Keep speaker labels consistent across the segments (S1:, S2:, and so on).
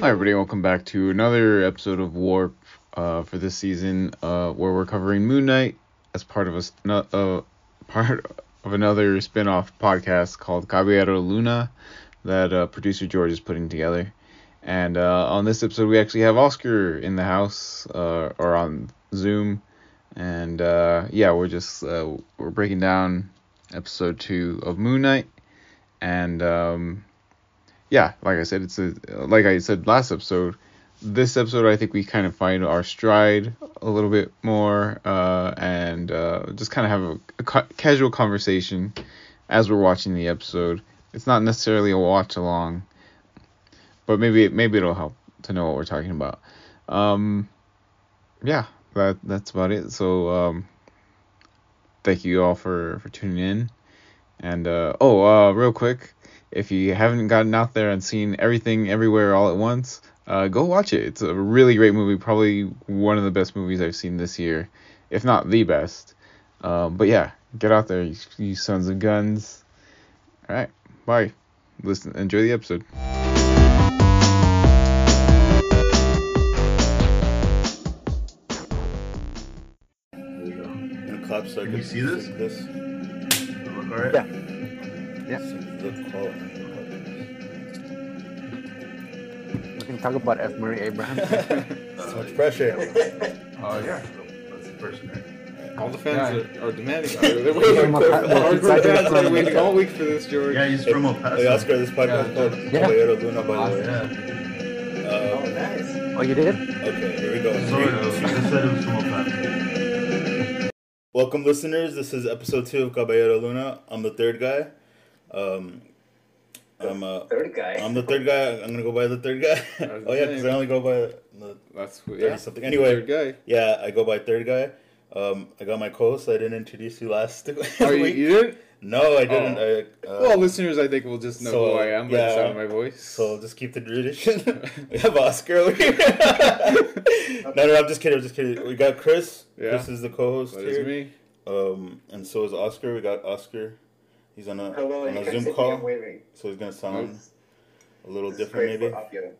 S1: Hi, everybody. Welcome back to another episode of Warp uh, for this season, uh, where we're covering Moon Knight as part of a s- no- uh, part of another spin-off podcast called Caballero Luna that uh, producer George is putting together. And uh, on this episode, we actually have Oscar in the house uh, or on Zoom, and uh, yeah, we're just uh, we're breaking down episode two of Moon Knight, and um, yeah, like I said, it's a like I said last episode. This episode, I think we kind of find our stride a little bit more, uh, and uh, just kind of have a, a ca- casual conversation as we're watching the episode. It's not necessarily a watch along, but maybe maybe it'll help to know what we're talking about. Um, yeah, that that's about it. So um, thank you all for for tuning in, and uh, oh, uh, real quick if you haven't gotten out there and seen everything everywhere all at once uh, go watch it it's a really great movie probably one of the best movies i've seen this year if not the best um, but yeah get out there you, you sons of guns all right bye listen enjoy the episode
S2: And clap so I
S3: Can you see this?
S2: This. Look alright?
S3: Yeah.
S2: Yeah.
S3: Yeah.
S2: Look quality.
S3: We can talk about F. Murray Abraham.
S2: So much pressure.
S1: oh yeah
S3: That's the person, right?
S1: all the fans are, are demanding
S3: waiting- hardcore fans are waiting
S1: all week for this george
S4: Yeah, he's from El Paso.
S2: Hey, Oscar, this podcast
S1: Yeah.
S2: is called
S3: Yeah.
S2: Caballero Luna, by the way.
S4: Yeah,
S2: Uh,
S3: Oh, you did?
S2: okay, here we go.
S4: sort of. I said he was from El Paso.
S2: Welcome, listeners. This is episode two of Caballero Luna. I'm the third guy. Um, I'm, uh,
S5: Third guy.
S2: I'm the third guy. I'm gonna go by the third guy.
S1: That's
S2: oh, yeah, because I
S1: nice.
S2: only go by the
S1: that's
S2: yeah. something. Anyway. Yeah, I go by third guy. Um, I got my co-host. I didn't introduce you last week.
S1: did
S2: No, I didn't. I, uh,
S1: listeners i think will just
S2: know so, who I am by the yeah. sound of my
S1: voice
S2: so just keep the tradition. we have Oscar over here. no, no, I'm just kidding. I'm just kidding. We got Chris.
S1: Yeah.
S2: This is the co-host
S1: That
S2: here.
S1: is me.
S2: Um, and so is Oscar. We got Oscar. He's on a,
S5: Hello,
S2: on
S5: you
S2: a
S5: can
S2: Zoom
S5: see me, I'm
S2: call,
S5: waving.
S2: so he's gonna sound a little
S5: This is
S2: different
S5: great
S2: maybe.
S5: for audio.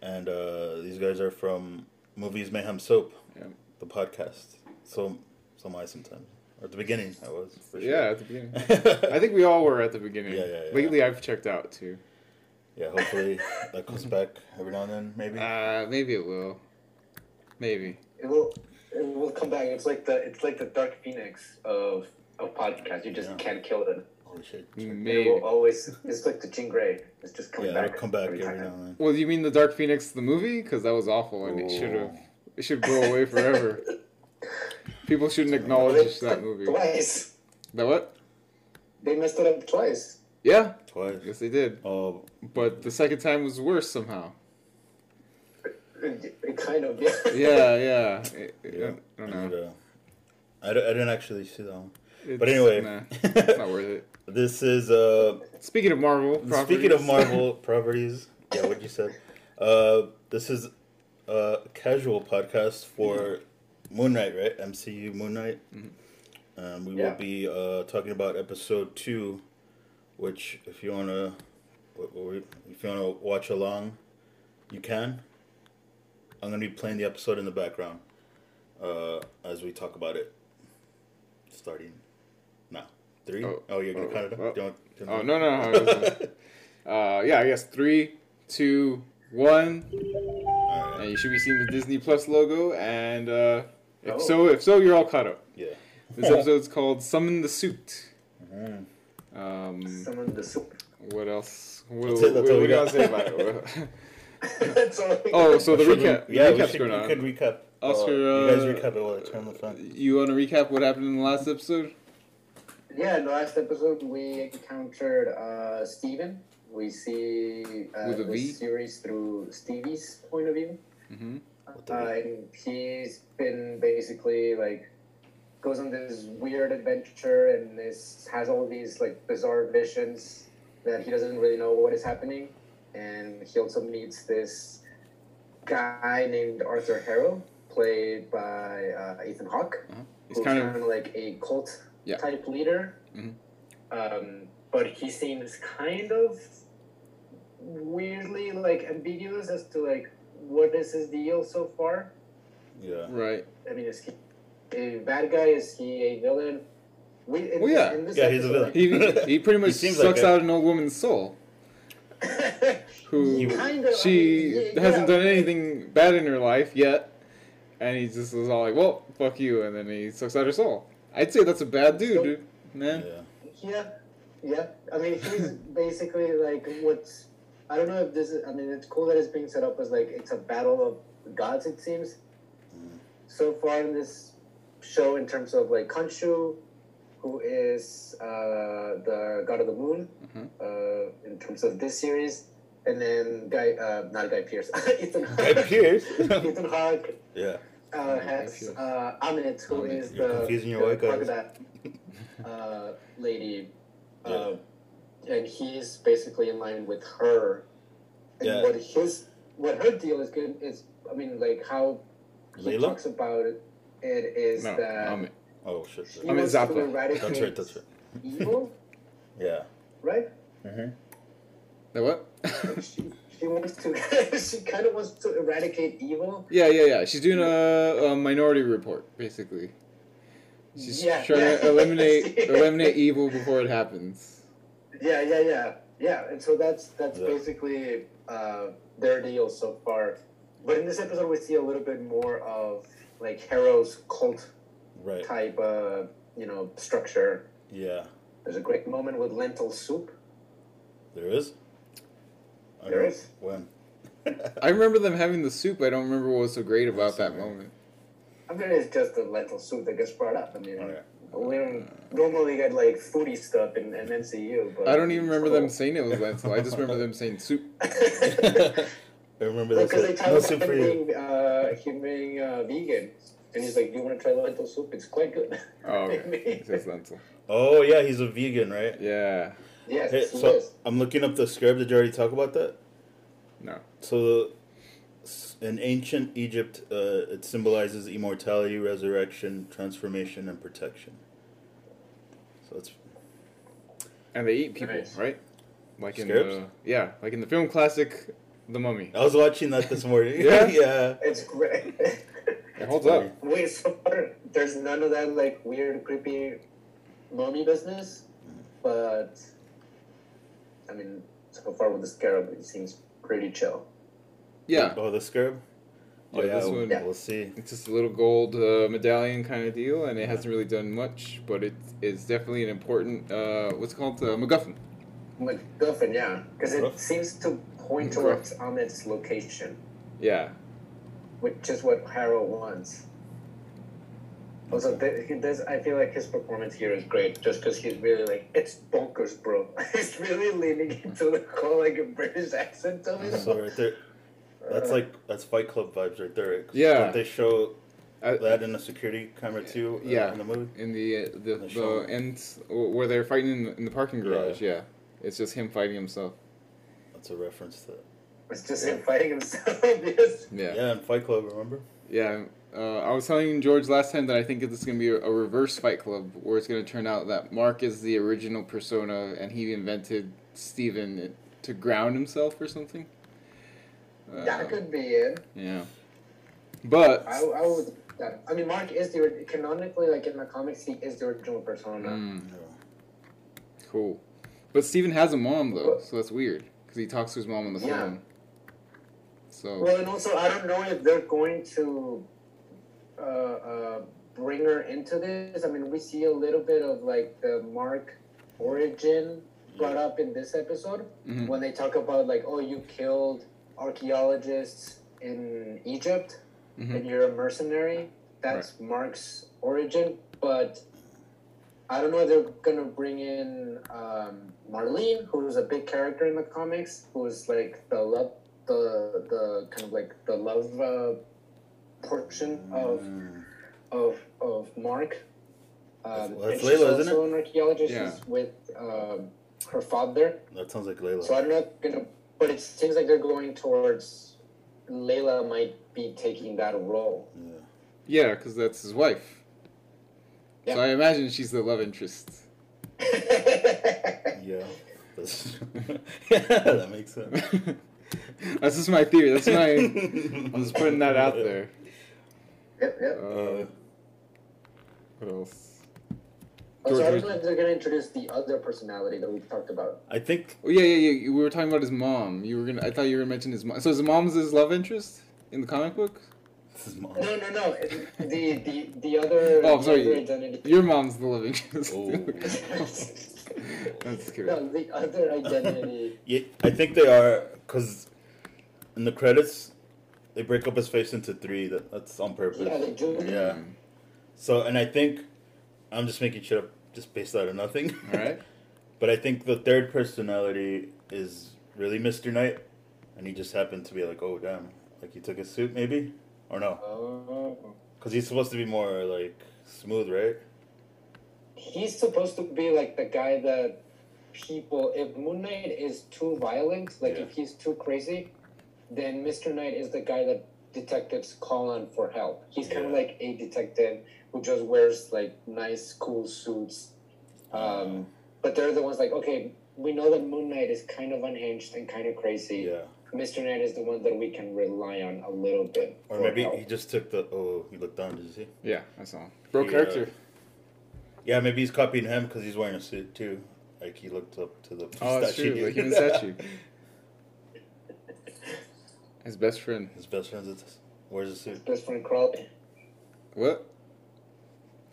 S2: And uh, these guys are from Movies Mayhem Soap,
S1: Yeah.
S2: the podcast. So, so am I sometimes. Or at the beginning, I was. For sure.
S1: Yeah, at the beginning. I think we all were at the beginning.
S2: Yeah, yeah, yeah.
S1: Lately, I've checked out too.
S2: Yeah, hopefully that comes back every now and then, maybe.
S1: Uh, maybe it will. Maybe.
S5: It will. It will come back. It's like the. It's like the Dark Phoenix of of podcast. You just
S2: Yeah.
S5: can't kill it.
S2: Holy shit.
S5: It
S1: Maybe.
S5: will always. It's like the Jean Grey. It's just coming
S2: Yeah,
S5: back.
S2: it'll come back every,
S5: time.
S2: now and then.
S1: Well, you mean the Dark Phoenix the movie? Because that was awful, and it should have.
S2: Oh.
S1: It should go away forever. People shouldn't acknowledge that movie.
S5: Twice.
S1: That what?
S5: They messed it up twice.
S1: Yeah.
S2: Twice.
S1: Yes, they did.
S2: Oh,
S1: But the second time was worse somehow.
S5: It, it kind of. Yeah.
S1: Yeah, yeah. It- it-
S2: yeah.
S1: I don't
S2: I need
S1: know.
S2: to- uh, I, d- I didn't actually see that one.
S1: It's-
S2: But anyway,
S1: nah, it's not worth it.
S2: this is uh,
S1: Speaking of Marvel,
S2: speaking of
S1: properties-
S2: Marvel properties. Yeah, what you said. Uh, this is a casual podcast for Moon Knight, right? MCU Moon Knight.
S1: Mm-hmm.
S2: Um, we
S5: Yeah.
S2: will be uh, talking about episode two, which if you wanna, what- what we- if you wanna watch along, you can. I'm gonna be playing the episode in the background uh, as we talk about it. Starting now. Three?
S1: Oh,
S2: Oh, you're gonna
S1: oh,
S2: count it?
S1: oh.
S2: up? Don't, don't
S1: Oh no no! no, it doesn't. uh, yeah, I guess three, two, one,
S2: All
S1: and
S2: right.
S1: you should be seeing the Disney Plus logo. And uh, if
S5: Oh.
S1: so, if so, you're all caught up.
S2: Yeah.
S1: This episode's called "Summon the Suit." Um,
S5: Someone the soup.
S1: what else? What,
S2: Mm-hmm. That's it, that's
S1: what- what
S2: all we
S1: do I
S2: got.
S1: say about it?
S5: That's all. we
S1: oh,
S5: got.
S1: so the
S2: Should
S1: recap.
S2: We, yeah,
S1: the
S2: we,
S1: recap's
S2: should,
S1: going
S2: we
S1: on.
S2: could recap.
S1: Oscar,
S2: uh, you guys
S1: uh,
S2: recap it while I turn the phone.
S1: You want to recap what happened in the last episode?
S5: Yeah, in the last episode we encountered uh, Steven. We see uh,
S1: With a
S5: the
S1: V?
S5: series through Stevie's point of view.
S1: Mhm.
S2: What
S5: Uh,
S2: the-
S5: and he's been basically like goes on this weird adventure and this has all these like bizarre visions that he doesn't really know what is happening. And he also meets this guy named Arthur Harrow, played by uh, Ethan Hawke
S1: It's
S5: who's
S1: Mm-hmm. kind
S5: kind
S1: of
S5: of like a cult
S1: Yeah. Mm-hmm.
S5: type leader.
S1: Mhm.
S5: Um, but he seems kind of weirdly like ambiguous as to like what is his deal so far.
S2: Yeah.
S1: Right.
S5: I mean, is he a bad guy? Is he a villain? We, in,
S1: Well, Oh, yeah.
S5: in this
S2: Yeah, he's a villain.
S1: He, he pretty much
S2: seems
S1: sucks
S2: like it.
S1: out an old woman's soul. Who
S5: Kinda, I
S1: she
S5: mean, yeah,
S1: hasn't
S5: yeah.
S1: done anything bad in her life yet, and he just was all like, "Well, fuck you," and then he sucks out her soul. I'd say that's a bad dude,
S5: Nope.
S1: dude.
S2: Yeah.
S1: man.
S5: Yeah, yeah. I mean, he's basically like what's. I don't know if this is. I mean, it's cool that it's being set up as like it's a battle of gods. It seems. So far in this show, in terms of like Khonshu, who is uh, the god of the moon,
S1: Mhm.
S5: uh, in terms of this series, and then Guy, uh, not Guy Pierce, Ethan
S2: Guy
S5: Hawke.
S2: Pierce.
S5: Ethan Hawke
S2: yeah.
S5: uh,
S1: Guy
S5: has
S1: Pierce.
S5: uh, Aminet, who is
S2: You're
S5: the,
S2: confusing your
S5: the
S2: white guys.
S5: crocodile, uh, lady, uh, and he's basically in line with her. And
S2: Yeah.
S5: what his what her deal is good is, I mean, like how he
S2: Layla?
S5: talks about it, it is
S1: No,
S5: that
S1: I'm-
S2: Oh shit.
S5: he
S1: I mean,
S5: wants to
S1: Zappa.
S5: eradicate
S2: That's right. That's right.
S5: evil,
S2: Yeah.
S5: right?
S1: the what?
S5: She, she wants to. she kind of wants to eradicate evil.
S1: yeah, yeah, yeah. She's doing a, a Minority Report, basically. She's
S5: Yeah,
S1: trying to
S5: yeah.
S1: eliminate eliminate evil before it happens.
S5: Yeah, yeah, yeah, yeah. And so that's that's
S2: Yeah.
S5: basically uh, their deal so far. But in this episode, we see a little bit more of like Harrow's cult
S2: Right.
S5: type, uh, you know, structure.
S2: Yeah.
S5: There's a great moment with lentil soup.
S2: There is. I
S5: There
S2: don't-
S5: is.
S2: When?
S1: I remember them having the soup. I don't remember what was so great about that
S2: Sorry.
S1: moment.
S5: I mean, it's just the lentil soup that gets brought up. I mean,
S2: Oh, yeah.
S5: we don't normally get like foodie stuff in, in MCU. But
S1: I don't even remember them
S5: it's
S1: saying it was lentil. I just remember them saying soup.
S5: cool.
S2: I remember that.
S5: Because they
S2: said,
S5: talk
S2: No
S5: about
S2: soup
S5: him
S2: for you.
S5: being, uh, him being uh, vegan. And he's like, Do you want to try lentil soup? It's quite good.
S1: Oh, okay. It says lentil.
S2: Oh yeah, he's a vegan, right?
S1: Yeah.
S5: yes,
S2: Hey,
S5: he
S2: so
S5: is.
S2: I'm looking up the script. Did you already talk about that?
S1: No.
S2: So, s- in ancient Egypt, uh, it symbolizes immortality, resurrection, transformation, and protection. So it's
S1: And they eat people,
S5: Nice.
S1: right? Like in the
S2: Scarabs?
S1: yeah, like in the film classic, The Mummy.
S2: I was watching that this morning.
S1: Yeah?
S2: yeah.
S5: It's great.
S1: It holds up.
S5: Wait, so far, there's none of that like weird, creepy mummy business. But, I mean, so far with the scarab, it seems pretty chill.
S1: Yeah.
S2: Oh, the scarab. Oh
S1: Yeah,
S2: yeah,
S1: this
S2: we'll,
S1: one-
S2: we'll see.
S1: It's just a little gold uh, medallion kind of deal, and it hasn't really done much, but it is definitely an important uh, what's it called uh, MacGuffin.
S5: MacGuffin, yeah. Because it
S2: Rough.
S5: seems to point
S2: Mm-hmm.
S1: Rough.
S5: towards Ahmed's location.
S1: Yeah.
S5: which is what Harrow wants. Also, th- he does. I feel like his performance here is great, just because he's really like it's bonkers, bro. he's really leaning into the whole like British accent Uh, of it.
S2: So right there, that's like that's Fight Club vibes right there. right? 'Cause
S1: Yeah.
S2: Don't they show
S1: I-
S2: that in the security camera too? uh,
S1: Yeah.
S2: In the movie.
S1: in the uh, the, the,
S2: show.
S1: end where they're fighting in the, in the parking garage. Yeah. It's just him fighting himself.
S2: That's a reference to.
S5: It's just him fighting himself. yes.
S1: Yeah.
S2: Yeah, in Fight Club, remember?
S1: Yeah, uh, I was telling George last time that I think it's going to be a, a reverse Fight Club, where it's going to turn out that Mark is the original persona, and he invented Steven to ground himself or something. Uh,
S5: That could be it.
S1: yeah, but
S5: I, I would. That, I mean, Mark is the ori- canonically like in the comics, he is the original persona.
S1: Mm,
S2: Yeah.
S1: cool. But Steven has a mom though, so that's weird because he talks to his mom on the
S5: Yeah.
S1: phone. So
S5: Well, and also, I don't know if they're going to uh, uh, bring her into this. I mean, we see a little bit of like the Mark origin brought up in this episode
S2: Mm-hmm.
S1: Mhm.
S5: when they talk about like, oh, you killed archaeologists in Egypt
S2: Mm-hmm.
S1: Mhm.
S5: and you're a mercenary. That's Mark's origin, but. I don't know if they're gonna bring in um, Marlene, who's a big character in the comics, who's like the love, the the kind of like the love uh, portion of of of Mark. Um,
S2: Mm. That's- that's
S5: and she's
S2: Layla, isn't
S5: also an archaeologist
S1: Yeah.
S5: She's with um, her father.
S2: That sounds like Layla.
S5: So I'm not gonna, but it seems like they're going towards Layla might be taking that role.
S2: yeah.
S1: yeah, because that's his wife.
S5: Yeah.
S1: So I imagine she's the love interest.
S2: Yeah. yeah, that makes sense.
S1: That's just my theory. That's my. I'm just putting that out there.
S5: Yep, yep.
S1: Uh, what else?
S5: Oh, so I
S1: George,
S5: was glad they're gonna introduce the other personality that we talked about.
S2: I think
S1: Oh yeah, yeah, yeah. We were talking about his mom. You were gonna. I thought you were gonna mention his mom. So his mom's his love interest in the comic book.
S2: this is mom.
S5: No, no, no. it- The the the other.
S1: Oh, I'm sorry.
S5: The other identity.
S1: Your mom's the love interest.
S2: Oh.
S1: That's cute.
S5: no, the other identity.
S2: Yeah, I think they are because in the credits they break up his face into three. That, that's on purpose.
S5: yeah, the Jew.
S2: Yeah. So, and I think I'm just making shit up, just based out of nothing.
S1: All right.
S2: but I think the third personality is really Mr. Knight, and he just happened to be like, oh damn, like he took a suit maybe, or no?
S5: Oh.
S2: Because he's supposed to be more like smooth, right?
S5: he's supposed to be like the guy that people if moon knight is too violent like
S2: Yeah.
S5: if he's too crazy then mr knight is the guy that detectives call on for help he's kind of
S2: Yeah.
S5: like a detective who just wears like nice cool suits um, but they're the ones like okay we know that moon knight is kind of unhinged and kind of crazy
S2: Yeah.
S5: mr knight is the one that we can rely on a little bit
S2: Or
S5: for
S2: maybe
S5: help.
S2: he just took the oh he looked down. Did you see?
S1: Yeah, that's all. Bro,
S2: Yeah.
S1: character.
S2: Yeah, maybe he's copying him because he's wearing a suit too. Like he looked up to the
S1: Oh, that's true. The human statue. His best friend.
S2: His best friend is- wears a suit.
S5: best friend crawley
S1: What?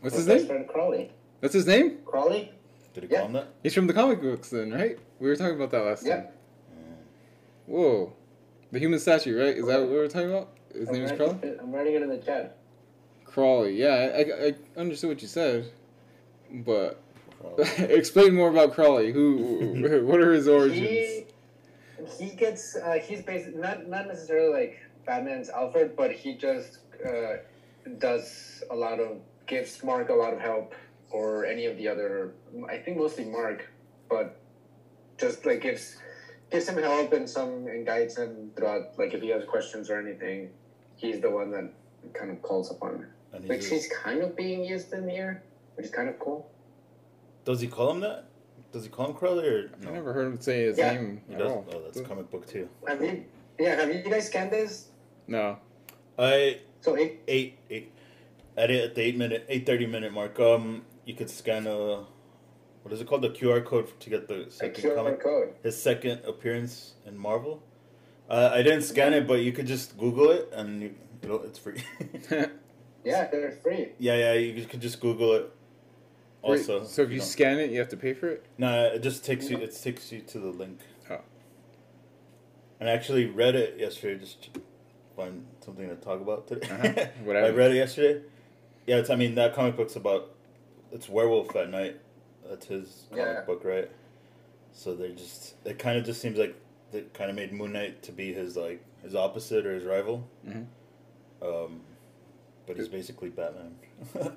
S1: What's his
S5: best
S1: name?
S5: friend crawley
S1: That's his name.
S5: crawley
S2: Did he
S5: Yeah.
S2: call him that?
S1: He's from the comic books, then, right? We were talking about that last
S5: Yeah.
S1: time. Whoa, the human statue, right? Is that what we were talking about? His
S5: I'm
S1: name is
S5: writing
S1: Crawley.
S5: it- I'm writing it in the chat.
S1: Crawley. Yeah, I, I, I understood what you said, but
S2: Oh,
S1: explain more about Crawley. Who? what are his origins?
S5: He, he gets uh, he's basically not not necessarily like Batman's Alfred, but he just uh, does a lot of gives Mark a lot of help or any of the other. I think mostly Mark, but just like gives gives him help and some and guides him throughout. Like if he has questions or anything, he's the one that kind of calls upon. him.
S2: and
S5: Which
S2: he's,
S5: he's kind of being used in here, which is kind of cool.
S2: does he call him that? Does he call him Crowley or no?
S1: I never heard him say his
S5: Yeah.
S1: name
S2: He
S1: at
S2: does.
S1: all.
S2: Oh, that's comic book too.
S5: Have you? Yeah, have you guys scanned this?
S1: no.
S2: I
S5: So it
S2: eight eight at it at the eight minute eight thirty minute mark. Um, you could scan a what is it called the QR code to get the
S5: a
S2: second
S5: QR
S2: comic
S5: code.
S2: his second appearance in Marvel. Uh, I didn't scan it, but you could just Google it and you, it'll, it's free.
S5: Yeah, they're free.
S2: yeah, yeah, you could just Google it. Also,
S1: Wait, so if you
S2: don't-
S1: scan it, you have to pay for it.
S2: No, it just takes you. It takes you to the link.
S1: Oh.
S2: And I actually read it yesterday. Just to find something to talk about today.
S1: Uh-huh. What
S2: I
S1: happened?
S2: read it yesterday. Yeah, it's. I mean, that comic book's about. It's werewolf at night. That's his comic
S5: Yeah.
S2: book, right? So they just. It kind of just seems like they kind of made Moon Knight to be his like his opposite or his rival.
S1: Mhm.
S2: Um, but he's basically Batman.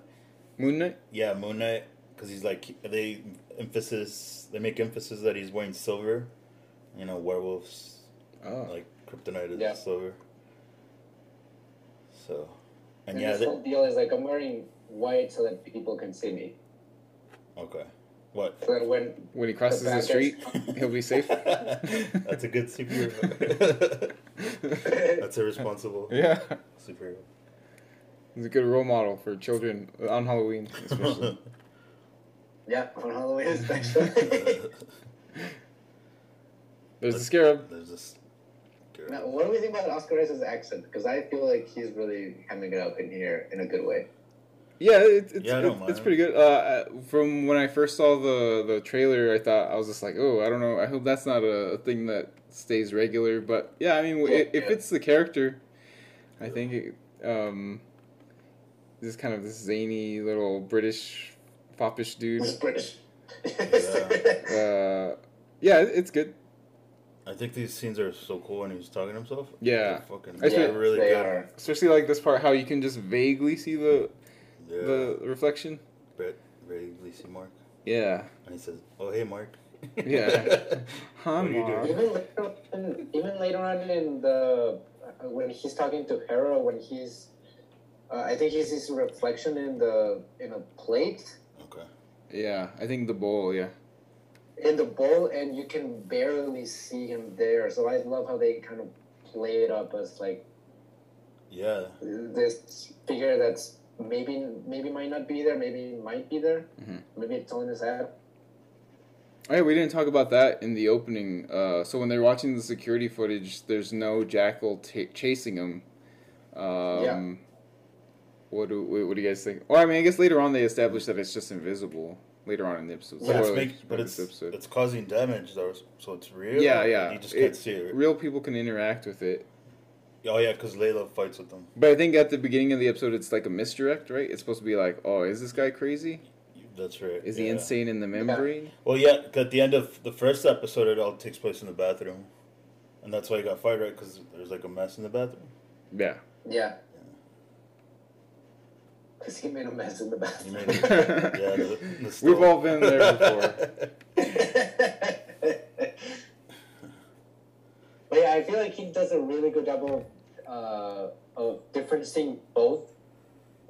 S1: Moon Knight.
S2: Yeah, Moon Knight, because he's like they emphasis they make emphasis that he's wearing silver. You know, werewolves
S1: Oh.
S2: like kryptonite is
S5: Yeah.
S2: silver. So, and
S5: And
S2: yeah,
S5: this
S2: they,
S5: whole deal is like I'm wearing white so that people can see me.
S2: okay, what?
S5: So that when
S1: when he crosses the,
S5: bad guys-
S1: street, he'll be safe.
S2: That's a good superhero. That's a responsible
S1: yeah.
S2: superhero.
S1: He's a good role model for children on Halloween, especially.
S5: yeah, on Halloween especially.
S1: There's the scarab.
S2: There's this.
S5: now, what do we think about Oscar Isaac's accent? Because I feel like he's really hemming it up in here in a good way.
S1: Yeah, it, it's
S2: Yeah, I don't
S1: it's- it's
S2: mind.
S1: pretty good. Uh, I- from when I first saw the the trailer, I thought I was just like, oh, I don't know. I hope that's not a thing that stays regular. But yeah, I mean,
S5: Yeah,
S1: it, if
S5: yeah.
S1: it's the character, I think it, um, this kind of this zany little British foppish dude.
S5: He's British.
S1: Uh, yeah, it- it's good.
S2: I think these scenes are so cool when he's talking to himself.
S1: Yeah.
S2: They're fucking,
S1: I
S2: they're
S1: feel-
S2: really
S5: they
S2: good.
S5: are.
S1: Especially like this part, how you can just vaguely see the
S2: Yeah.
S1: the reflection.
S2: Brett, vaguely see Mark.
S1: Yeah.
S2: And he says, "Oh, hey, Mark."
S1: Yeah. Huh,
S2: What are you doing?
S1: Mom.
S5: Even later, on, even later on in the uh, when he's talking to Hera, when he's, uh, I think he sees a reflection in the in a plate.
S2: okay.
S1: Yeah, I think the bowl. Yeah.
S5: in the bowl, and you can barely see him there. So I love how they kind of play it up as like
S2: Yeah.
S5: this figure that's maybe maybe might not be there, maybe might be there,
S1: Mhm.
S5: maybe it's only this app.
S1: Oh yeah, we didn't talk about that in the opening. Uh, so when they're watching the security footage, there's no jackal ta chasing him. Um,
S5: Yeah.
S1: What do what, what do you guys think? Or I mean, I guess later on they establish that it's just invisible. Later on in the episode,
S2: But it's,
S1: Spoilers
S2: make,
S1: for
S2: but
S1: this
S2: it's, it's causing damage, though, so it's real.
S1: Yeah, yeah.
S2: You just can't
S1: It-
S2: see it.
S1: Real people can interact with it,
S2: Oh, yeah, because Layla fights with them.
S1: but I think at the beginning of the episode, it's like a misdirect, right? It's supposed to be like, oh, is this guy crazy?
S2: That's right.
S1: Is
S2: yeah.
S1: he insane in the membrane?
S2: Well, yeah, 'cause at the end of the first episode, it all takes place in the bathroom. And that's why he got fired, right? Because there's like a mess in the bathroom.
S1: Yeah.
S5: Yeah. Because he made a mess in the
S2: He
S5: bathroom.
S2: made it. yeah, the, the
S1: We've
S2: stove.
S1: all been there before.
S5: but yeah, I feel like he does a really good job of, uh, of differencing both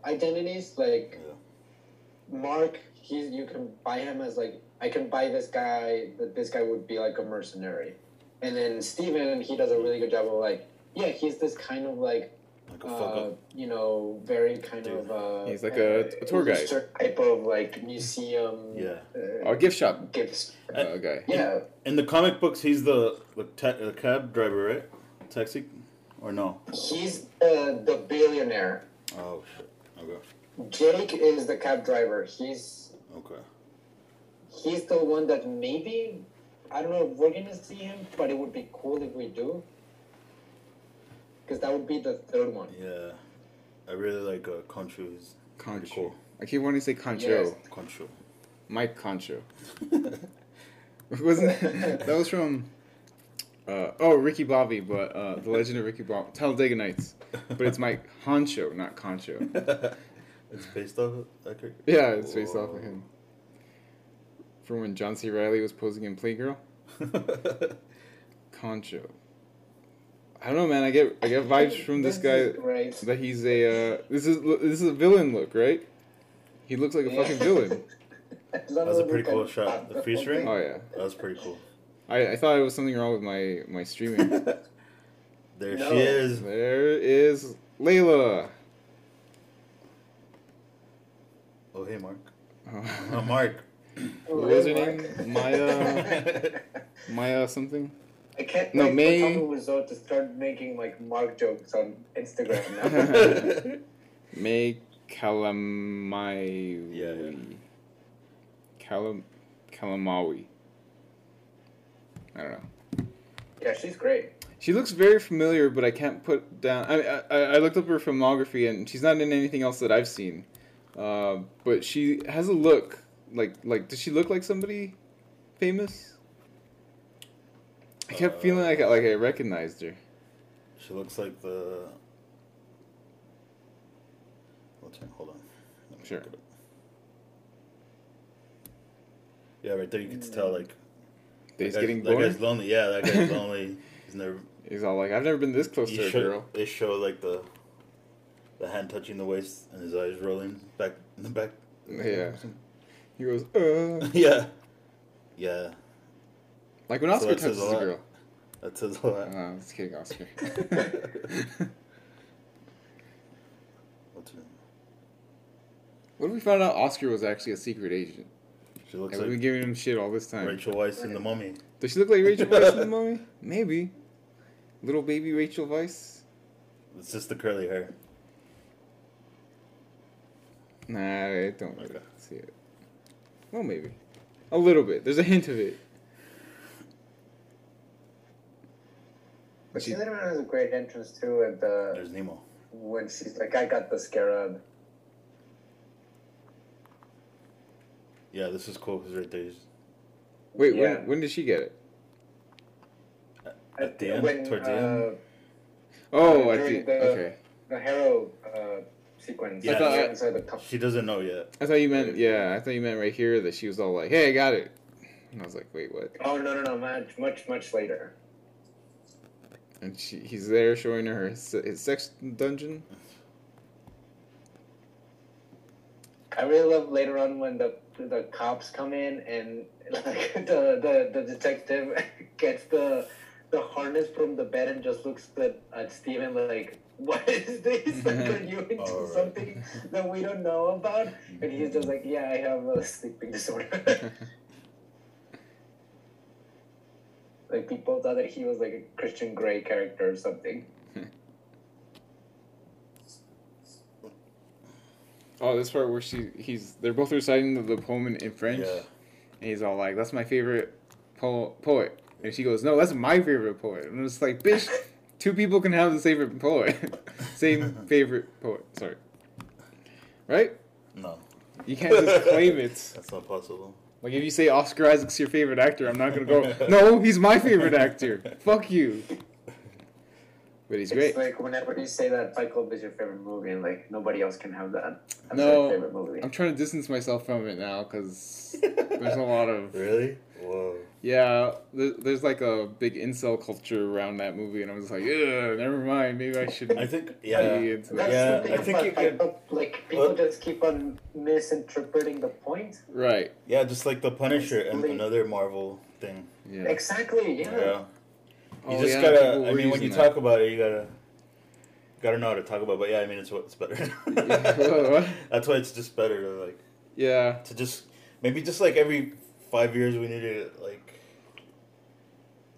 S5: identities. Like
S2: Yeah.
S5: Mark, he's you can buy him as like I can buy this guy that this guy would be like a mercenary, and then Steven, he does a really good job of like yeah, he's this kind of like
S2: Like a fuck
S5: uh,
S2: up.
S5: you know, very kind
S2: Dude.
S5: of. Uh,
S1: He's like a- a tour guide.
S5: Type of like museum.
S2: Yeah.
S5: Uh,
S1: Oh, gift shop
S5: gives.
S1: uh, guy.
S5: Yeah,
S2: In the comic books, he's the the, ta- the cab driver, right? Taxi, or no?
S5: he's uh, the billionaire.
S2: Oh shit. Okay.
S5: Jake is the cab driver. He's
S2: Okay.
S5: he's the one that maybe I don't know if we're gonna see him, but it would be cool if we do. Because that would be the third one.
S2: Yeah. I really like uh, Concho. He's pretty
S1: Concho.
S2: cool.
S1: I keep wanting to say Concho.
S5: Yes.
S2: Concho.
S1: Mike Concho. Wasn't that was from? Uh, oh, Ricky Bobby, but uh, the Legend of Ricky Bobby, Talladega Nights, but it's Mike Honcho, not Concho.
S2: it's based off of that character.
S1: Yeah, it's based off
S2: Whoa.
S1: of him. From when John C. Riley was posing in Playgirl, Concho. I don't know, man. I get I get vibes from this guy
S5: is Great.
S1: that he's a uh, this is this is a villain look, right? He looks like a
S5: Yeah.
S1: fucking villain.
S2: That's a pretty cool shot. The featuring.
S1: Oh yeah,
S2: That was pretty cool.
S1: I, I thought it was something wrong with my my streaming.
S2: There
S5: No.
S2: she is.
S1: There is Layla.
S2: Oh hey, Mark.
S1: Oh,
S2: Oh, Mark.
S5: Oh,
S1: what was her name? Maya. Maya something.
S5: I can't
S1: No,
S5: wait for
S1: May-
S5: Tommy Wiseau to start making like Mark jokes on Instagram now.
S1: May Kalamaui.
S2: Yeah, yeah.
S1: Kalam Kalamaui. I don't know.
S5: yeah, she's great.
S1: She looks very familiar, but I can't put down. I, I I looked up her filmography, and she's not in anything else that I've seen. Uh, but she has a look like like. Does she look like somebody famous? I kept feeling like I, like I recognized her.
S2: She looks like the. What's her? Hold on. Let me
S1: Sure.
S2: look it up. Yeah, right there you can tell like
S1: That he's
S2: that guy's-
S1: getting
S2: that
S1: bored.
S2: guy's lonely. Yeah, that guy's lonely. He's never.
S1: He's all like, "I've never been this close
S2: you
S1: to a
S2: show-
S1: girl."
S2: They show like the, the hand touching the waist and his eyes rolling back in the back.
S1: Yeah. He goes, "Uh,"
S2: yeah. Yeah.
S1: like when
S2: So
S1: Oscar
S2: that says
S1: touches
S2: a
S1: a
S2: lot.
S1: girl.
S2: That says a lot.
S1: Uh, I'm just kidding, Oscar.
S2: What's her name?
S1: what if we found out Oscar was actually a secret agent?
S2: She looks
S1: And we've been
S2: like
S1: giving him shit all this time.
S2: Rachel Weisz in The Mummy.
S1: Does she look like Rachel Weisz in the movie? Maybe. Little baby Rachel Weisz?
S2: It's just the curly hair.
S1: Nah, I don't really
S2: Okay.
S1: see it. Well, maybe. A little bit. There's a hint of it.
S5: But she
S1: She-
S5: literally has a great entrance too at the
S2: There's Nemo.
S5: when she's like, I got the scarab.
S2: Yeah, this is cool. He's right there. He's-
S1: Wait,
S5: Yeah.
S1: when, when did she get it?
S2: At the end, towards the
S5: uh,
S2: end.
S1: Oh, I
S5: During
S1: think.
S5: the-
S1: Okay.
S5: the Harrow uh, sequence.
S2: Yeah.
S1: I thought- uh,
S5: inside the cup.
S2: She doesn't know yet.
S1: I thought you meant, yeah, I thought you meant right here that she was all like, hey, I got it. And I was like, wait, what?
S5: Oh no no no! Much much much later.
S1: And she, he's there showing her his, his sex dungeon.
S5: I really love later on when the the cops come in and like the the, the detective gets the the harness from the bed and just looks at, at Steven like, what is this? Like, are you into
S2: All right.
S5: something that we don't know about? And he's just like, yeah, I have a sleeping disorder. like people thought that he was like a Christian Grey character or something.
S1: Oh, this part where she he's they're both reciting the, the poem in, in French,
S2: Yeah.
S1: and he's all like, "That's my favorite po- poet," and she goes, "No, that's my favorite poet." And it's like, "Bitch, two people can have the same favorite poet, same favorite poet." Sorry, right?
S2: No,
S1: You can't just claim it.
S2: that's not possible.
S1: Like if you say Oscar Isaac's your favorite actor, I'm not gonna go. No, he's my favorite actor. Fuck you. But he's great.
S5: It's like whenever you say that Fight Club is your favorite movie, and like nobody else can have that. That's
S1: No,
S5: their favorite movie.
S1: I'm trying to distance myself from it now because there's a lot of
S2: Really? Whoa.
S1: Yeah, there, there's like a big incel culture around that movie, and I was like, yeah, never mind. Maybe I should
S2: I
S1: be
S2: think yeah.
S1: into that.
S5: That's
S2: Yeah,
S5: the
S2: I
S5: thing
S2: think
S5: about
S2: you
S5: Fight
S2: could-
S5: Club, like people
S2: Well-
S5: just keep on misinterpreting the point.
S1: Right.
S2: Yeah, just like the Punisher and
S5: Basically.
S2: another Marvel thing.
S1: Yeah.
S5: Exactly. Yeah.
S2: Yeah. You
S1: Oh,
S2: just
S1: yeah, people
S2: gotta. I
S1: were
S2: mean, when you
S1: using
S2: talk about it, you gotta gotta know how to talk about. It. But yeah, I mean, it's what's better.
S1: What?
S2: That's why it's just better to like
S1: Yeah.
S2: to just maybe just like every five years we need to like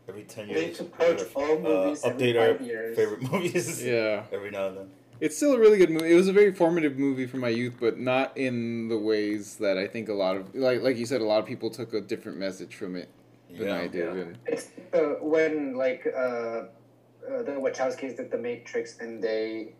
S2: every ten
S5: We
S2: years
S5: need to purge
S2: whatever,
S5: all movies
S2: uh,
S5: every
S2: update
S5: five
S2: our
S5: years.
S2: favorite movies.
S1: Yeah.
S2: Every now and then.
S1: It's still a really good movie. It was a very formative movie for my youth, but not in the ways that I think a lot of like like you said, a lot of people took a different message from it than I did.
S5: Yeah.
S1: And,
S5: It's the, when like uh, uh, the Wachowskis did the Matrix, and they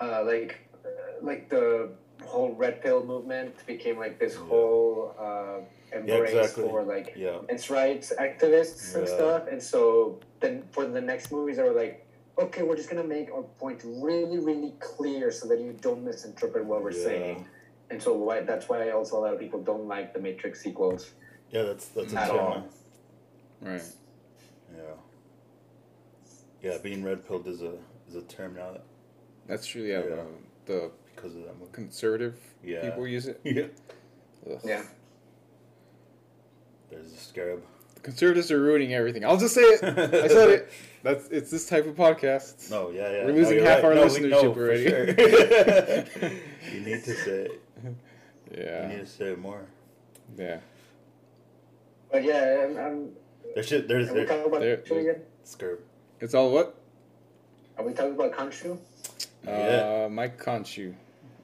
S5: uh, like uh, like the whole red pill movement became like this
S2: Yeah.
S5: whole uh, embrace
S2: exactly.
S5: for like
S2: Yeah.
S5: It's rights activists and
S2: Yeah.
S5: stuff. And so then for the next movies, they were like, okay, we're just going to make our point really, really clear so that you don't misinterpret what we're
S2: Yeah.
S5: saying. And so why, that's why also a lot of people don't like the Matrix sequels
S2: Yeah, that's that's a
S5: at
S2: shame,
S5: all.
S2: man.
S1: right.
S2: Yeah. Yeah, being red pilled is a is a term now that,
S1: That's really yeah,
S2: Yeah.
S1: The, the
S2: because of that movie.
S1: conservative
S2: Yeah.
S1: people use it.
S2: Yeah.
S1: Ugh.
S5: Yeah.
S2: There's the scarab.
S1: The conservatives are ruining everything. I'll just say it. I said it. That's it's this type of podcast.
S2: No, yeah, yeah.
S1: We're losing
S2: no, you're
S1: half our
S2: No, we-
S1: listenership
S2: no, for
S1: already.
S2: sure. you need to say it. You
S1: Yeah.
S2: need to say it more.
S1: Yeah.
S5: But yeah, and, um,
S2: There should there's
S5: are we
S2: there,
S5: talking about
S1: there-
S5: Khonshu again?
S2: scarab.
S1: It's all what?
S5: Are we talking about Khonshu?
S2: Yeah.
S1: Uh, Mike Conchu.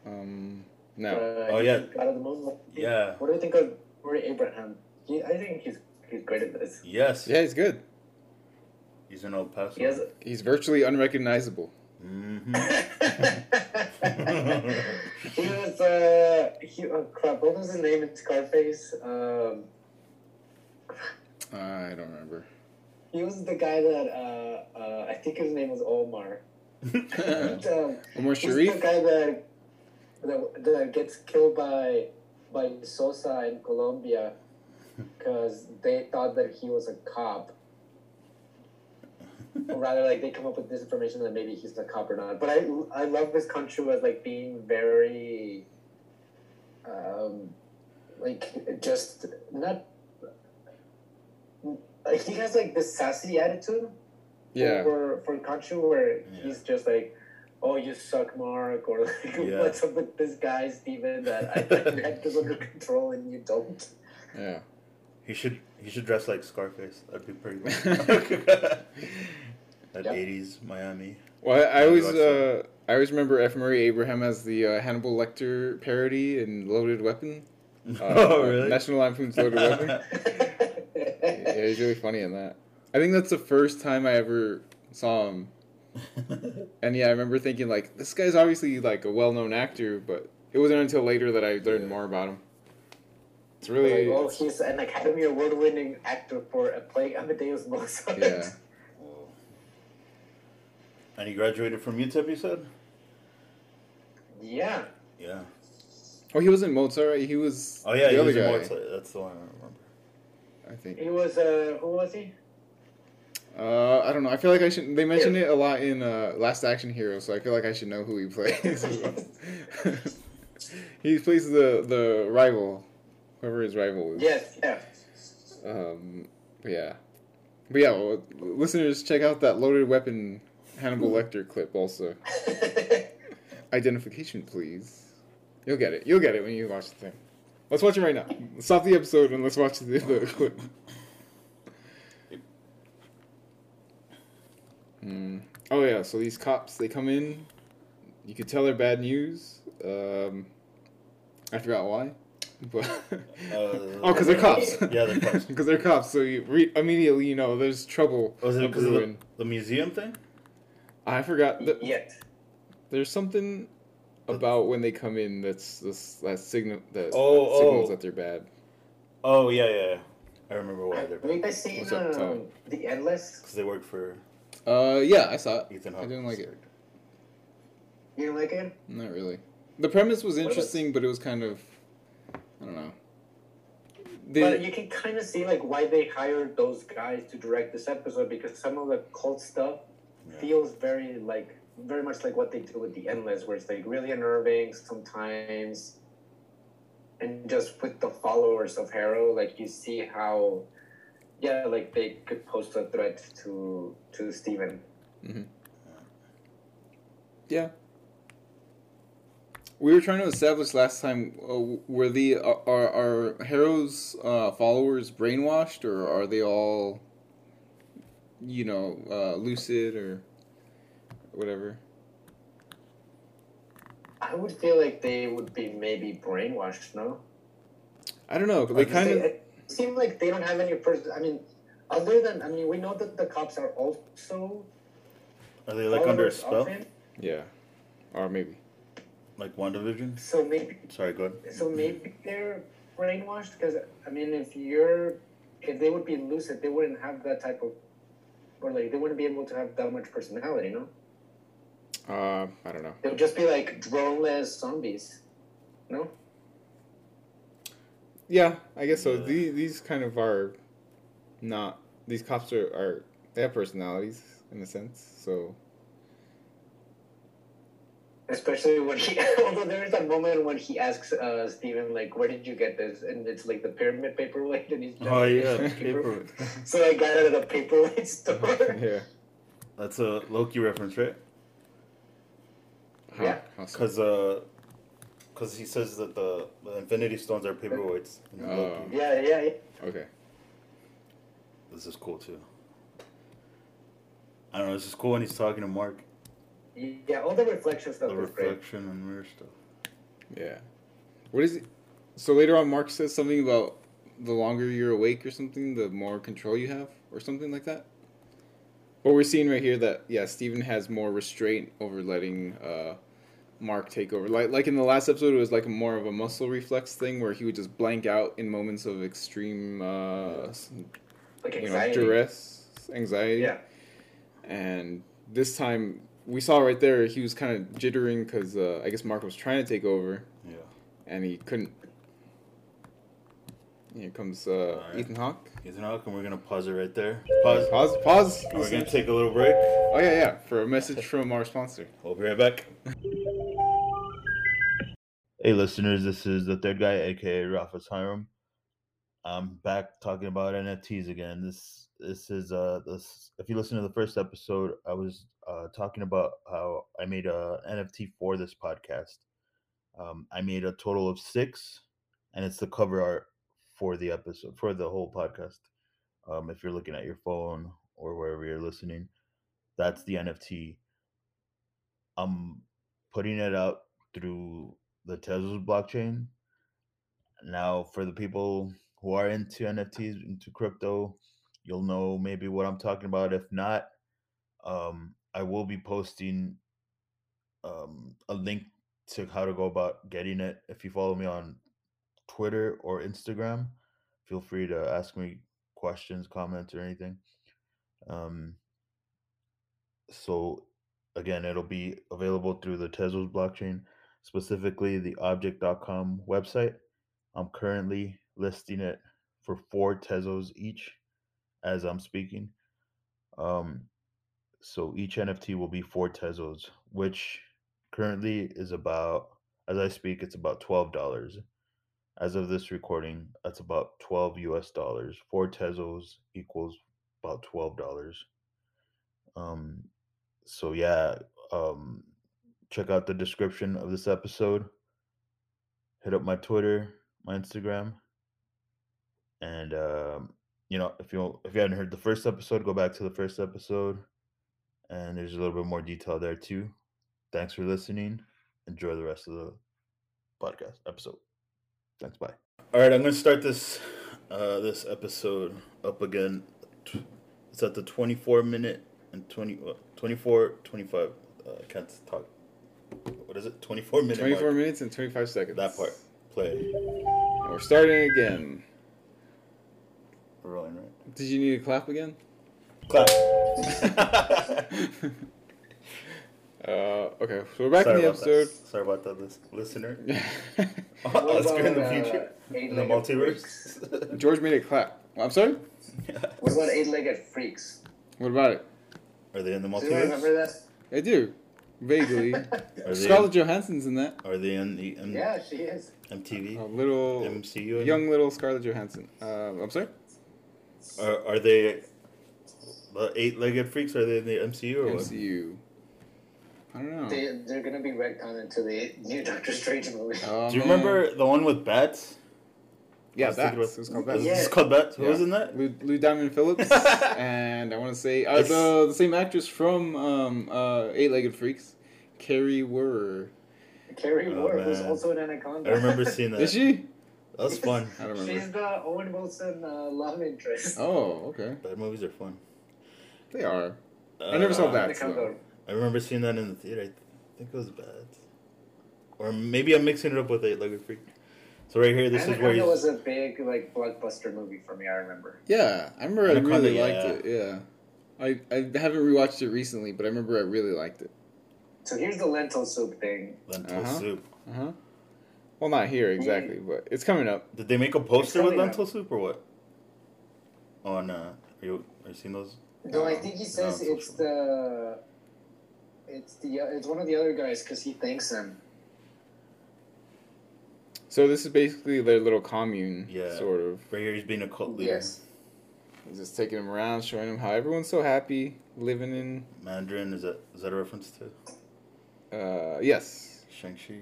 S1: Um,
S5: Uh,
S1: no.
S2: Oh, yeah.
S5: Out of the moon?
S2: Yeah.
S5: What do you think of Rory Abraham? He, I think he's, he's great at this.
S2: Yes.
S1: Yeah, he's good.
S2: He's an El Paso.
S5: He has
S1: He's virtually unrecognizable.
S2: hmm
S5: he was uh he oh crap what was his name in Scarface um
S1: I don't remember.
S5: he was the guy that uh, uh I think his name was Omar um,
S1: Omar
S5: he's the
S1: Sharif.
S5: guy that, that that gets killed by by Sosa in Colombia because they thought that he was a cop or rather like they come up with this information that maybe he's a cop or not. But I I love this country as like being very, um, like just not. Like, he has like this sassy attitude
S1: Yeah.
S5: for for Kanchu where
S2: Yeah.
S5: he's just like, "Oh, you suck, Mark," or like,
S2: Yeah.
S5: "What's up with this guy, Steven, That I thought you had this under control and you don't."
S1: Yeah.
S2: He should he should dress like Scarface. That'd be pretty good. that
S5: Yeah.
S2: eighties Miami.
S1: Well, I, I always
S2: Watch
S1: uh, I always remember F. Murray Abraham as the uh, Hannibal Lecter parody in Loaded Weapon. Uh,
S2: oh really?
S1: National Lampoon's Loaded Weapon. Yeah, he's really funny in that. I think that's the first time I ever saw him And yeah, I remember thinking like this guy's obviously like a well-known actor, but it wasn't until later that I learned
S2: Yeah.
S1: more about him. It's
S5: Like,
S1: really
S5: oh, he's an Academy Award winning actor for a play Amadeus Mozart.
S1: yeah.
S2: Whoa. and he graduated from UTEP. You said?
S5: Yeah.
S2: Yeah.
S1: Oh, he wasn't Mozart. Right? He was
S2: Oh yeah,
S1: the
S2: he
S1: other
S2: was in
S1: guy.
S2: Mozart. That's the one I remember.
S1: I think.
S5: He was, uh, who was he?
S1: Uh, I don't know. I feel like I should. They mention it a lot in uh, Last Action Hero, so I feel like I should know who he plays. he plays the the rival, whoever his rival is.
S5: Yes, yeah.
S1: Um, but yeah. But yeah, well, listeners, check out that loaded weapon Hannibal Lecter clip also. Identification, please. You'll get it. You'll get it when you watch the thing. Let's watch it right now. Stop the episode and let's watch the, the clip. Hmm. Oh yeah, so these cops they come in. You could tell they're bad news. Um, I forgot why, but oh, because they're cops.
S2: Uh, Yeah, they're cops.
S1: Because they're cops, so you re- immediately you know there's trouble.
S2: Was it because of the,
S1: brewing.
S2: the museum thing?
S1: I forgot. Th-
S5: Yet.
S1: There's something about when they come in that's that's that signal that
S2: Oh,
S1: signals
S2: oh.
S1: that they're bad.
S2: Oh yeah, yeah. yeah. I remember why they're
S5: Have you guys seen
S1: What's up,
S5: um,
S1: Tom?
S5: The Endless?
S2: because they work for
S1: Uh, yeah, I saw it.
S2: Ethan
S1: I
S2: Hawke.
S1: didn't like it.
S5: You didn't like it?
S1: Not really. The premise was
S5: about-
S1: interesting, but it was kind of I don't know.
S5: But
S1: They,
S5: you can kind of see like why they hired those guys to direct this episode because some of the cult stuff
S2: Yeah.
S5: feels very like very much like what they do with the endless, where it's like really unnerving sometimes, and just with the followers of Harrow, like you see how, yeah, like they could post a threat to to Steven.
S1: yeah. We were trying to establish last time uh, were the are are Harrow's uh, followers brainwashed or are they all you know uh, lucid or whatever?
S5: I would feel like they would be maybe brainwashed, no?
S1: I don't know, but they kind of
S5: It seemed like they don't have any person. I mean, other than I mean, we know that the cops are also
S2: Are they like under a spell?
S1: yeah, or maybe
S2: Like WandaVision?
S5: So maybe
S2: Sorry, go ahead.
S5: so maybe they're brainwashed because I mean, if you're, if they would be lucid, they wouldn't have that type of, or like they wouldn't be able to have that much personality. No,
S1: uh, I don't know.
S5: they would just be like droneless zombies. No,
S1: Yeah, I guess so.
S2: Yeah.
S1: The- these kind of are not. These cops are, are they have personalities in a sense. So
S5: especially when he. although there is that moment when he asks uh, Steven, like, "Where did you get this?" And it's like the pyramid paperweight, and he's
S2: Oh yeah,
S5: paper.
S2: paper.
S5: So I got it at a paperweight store.
S1: yeah,
S2: That's a Loki reference, right?
S1: Huh,
S5: Yeah.
S1: how so?
S2: Because uh, because he says that the, the Infinity Stones are paperweights. And
S1: Oh.
S2: Loki-
S5: Yeah, yeah, yeah.
S1: okay.
S2: This is cool too. I don't know. This is cool when he's talking to Mark.
S5: Yeah, all the reflection stuff
S2: The
S5: is great.
S2: reflection and mirror stuff.
S1: Yeah. What is it? So later on, Mark says something about the longer you're awake or something, the more control you have or something like that. But we're seeing right here that yeah, Steven has more restraint over letting uh, Mark take over. Like like in the last episode, it was like more of a muscle reflex thing where he would just blank out in moments of extreme uh, s-
S5: Like
S1: you know
S5: anxiety.
S1: duress, anxiety.
S5: Yeah.
S1: And this time we saw right there he was kind of jittering because uh, I guess Mark was trying to take over
S2: Yeah.
S1: and he couldn't. Here comes uh,
S2: Alright.
S1: Ethan Hawke.
S2: Ethan Hawke, and we're gonna pause it right there. Pause.
S1: Pause, pause.
S2: We're gonna take a little break.
S1: Oh yeah, yeah. For a message from our sponsor.
S2: We'll be right back. Hey, listeners, this is the third guy, aka Rafas Hiram. I'm back talking about NFTs again. This this is uh this if you listen to the first episode, I was uh talking about how I made a NFT for this podcast. Um, I made a total of six, and it's the cover art for the episode for the whole podcast. Um, if you're looking at your phone or wherever you're listening, that's the NFT. I'm putting it out through the Tezos blockchain. Now, for the people who are into NFTs, into crypto, you'll know maybe what I'm talking about. If not, um, I will be posting um, a link to how to go about getting it. If you follow me on Twitter or Instagram, feel free to ask me questions, comments, or anything. Um, so again it'll be available through the tezos blockchain specifically the object.com website i'm currently listing it for four tezos each as i'm speaking um, so each nft will be four tezos which currently is about i As I speak, it's about twelve dollars. As of this recording, that's about twelve U.S. dollars. Four Tezos equals about twelve dollars. Um, so yeah, um, check out the description of this episode. Hit up my Twitter, my Instagram, and um, you know if you if you haven't heard the first episode, go back to the first episode, and there's a little bit more detail there too. Thanks for listening. Enjoy the rest of the podcast episode. Thanks. Bye. All right, I'm gonna start this uh, this episode up again. Tw- It's at the 24 minute and 20 uh, 24 25. Uh, I can't talk. What is it? 24 minute.
S1: 24
S2: mark.
S1: minutes and 25 seconds.
S2: That part. Play it.
S1: And we're starting again.
S2: We're rolling, right?
S1: Did you need to clap again?
S2: Clap.
S1: Uh, okay, so we're back
S2: Sorry
S1: in the
S2: about that.
S1: episode.
S2: Sorry about that, lis- listener.
S5: What
S2: Oscar in the
S5: about, uh,
S2: future. In the
S5: eight-legged freaks?
S2: multiverse.
S1: George made it clap. I'm sorry?
S5: What about eight-legged freaks?
S1: What about it?
S2: Are they in the
S5: Do you remember
S2: multiverse?
S5: that?
S1: I do. Vaguely.
S2: Are they,
S1: Scarlett Johansson's in that.
S2: are they in the M-
S5: Yeah, she is.
S1: A
S2: MTV?
S1: little. Oh,
S2: MCU?
S1: Young little Scarlett Johansson. Uh, I'm sorry?
S2: Are, are they the eight-legged freaks? Are they in the MCU or what?
S1: MCU. I don't know.
S5: They, they're gonna be retconned into the new Doctor Strange movie.
S1: Oh,
S2: Do you
S1: man.
S2: remember the one with bats? I
S1: Yeah,
S2: was
S1: that.
S2: thinking about-
S1: It was called Bats.
S5: Yeah.
S2: It's called bats. Who was
S1: Yeah.
S2: in that?
S1: Lou, Lou Diamond Phillips, and I want to say uh, the the same actress from um, uh, Eight Legged Freaks, Carrie Werrer.
S5: Carrie
S2: Oh,
S5: Ward was
S2: man.
S5: also an anaconda.
S2: I remember seeing that.
S1: Is she?
S2: That was fun.
S1: I don't
S5: She's
S1: remember.
S5: the Owen Wilson uh, love interest.
S1: Oh, okay.
S2: Bad movies are fun.
S1: They are. I never saw
S2: Uh,
S1: that.
S5: Anaconda.
S2: I remember seeing that in the theater. I th- think it was bats. Or maybe I'm mixing it up with eight-legged freak. So right here, this is where
S5: Anaconda
S2: he's.
S5: was a big like blockbuster movie for me. I remember.
S1: Yeah, I remember I
S2: Anaconda,
S1: really
S2: yeah.
S1: liked it. Yeah. I, I haven't rewatched it recently, but I remember I really liked it.
S5: So here's the lentil soup thing.
S2: Lentil
S1: Uh-huh.
S2: soup.
S1: Uh huh. Well, not here exactly, but it's coming up.
S2: Did they make a poster with
S5: coming up.
S2: lentil soup or what? On uh, are you are you seeing those?
S5: No, I
S2: No,
S5: think he
S2: Oh, no,
S5: says
S2: it's
S5: it's the. It's the uh, it's one of the other guys because he thanks him.
S1: So this is basically their little commune,
S2: Yeah.
S1: sort of.
S2: Right here, he's being a cult leader.
S5: Yes.
S1: Just taking them around, showing them how everyone's so happy living in.
S2: Mandarin is that is that a reference to
S1: Uh, yes,
S2: Shang Chi,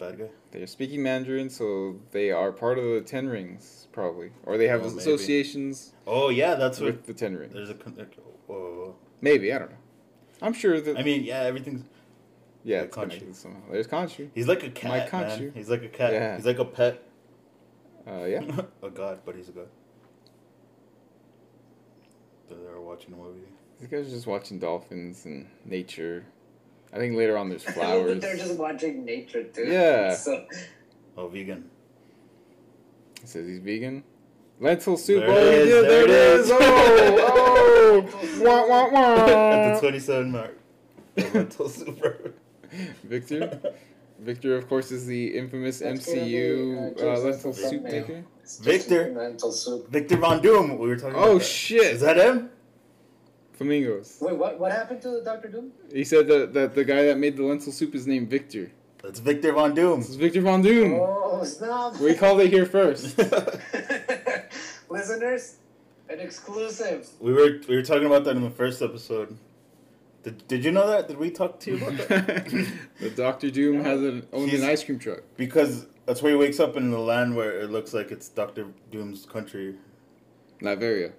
S2: bad guy?
S1: They're speaking Mandarin, so they are part of the Ten Rings, probably, or they have
S2: Oh, maybe.
S1: associations
S2: Oh yeah, that's what.
S1: with the Ten Rings.
S2: There's a. con- there- Whoa, whoa,
S1: Maybe I don't know. I'm sure
S2: whoa.
S1: that
S2: I mean, yeah, everything's.
S1: yeah,
S2: yeah,
S1: it's
S2: Khonshu.
S1: connected somehow. There's Khonshu.
S2: He's like a cat,
S1: My
S2: man.
S1: Khonshu.
S2: He's like a cat.
S1: Yeah.
S2: He's like a pet.
S1: Uh, yeah,
S2: a god, but he's a god. They're there watching a movie.
S1: these guys are just watching dolphins and nature. I think later on there's
S5: I love that
S1: flowers.
S5: they're just watching nature too.
S1: Yeah.
S5: So
S2: Oh, vegan.
S1: It says he's vegan. Lentil soup.
S2: There it
S1: oh,
S2: is,
S1: yeah, there, it is. Oh, oh. wah, wah,
S2: At the
S1: wah.
S2: 27 mark. The rental super.
S1: Victor. Victor, of course, is the infamous
S5: That's gonna
S1: MCU
S5: be, uh,
S1: uh,
S5: Joseph
S1: lentil
S5: Campbell.
S1: soup maker.
S5: it's just
S2: Victor.
S5: Lentil soup.
S2: Victor Von Doom. We were talking about
S1: Oh
S2: that.
S1: shit!
S2: Is that him?
S1: Flamingos.
S5: Wait, what? What happened to Doctor Doom?
S1: He said that, that the guy that made the lentil soup is named Victor.
S2: That's Victor Von Doom.
S1: This is Victor Von
S2: Hmm.
S1: Doom.
S5: Oh snap!
S1: We called it here first.
S5: Listeners, an exclusive.
S2: we were we were talking about that in the first episode. Did, did you know that? Did we talk to you about that?
S1: the Doctor Doom has an, owned
S2: He's-
S1: an ice cream truck.
S2: because that's where he wakes up in the land where it looks like it's Doctor Doom's country.
S1: Latveria.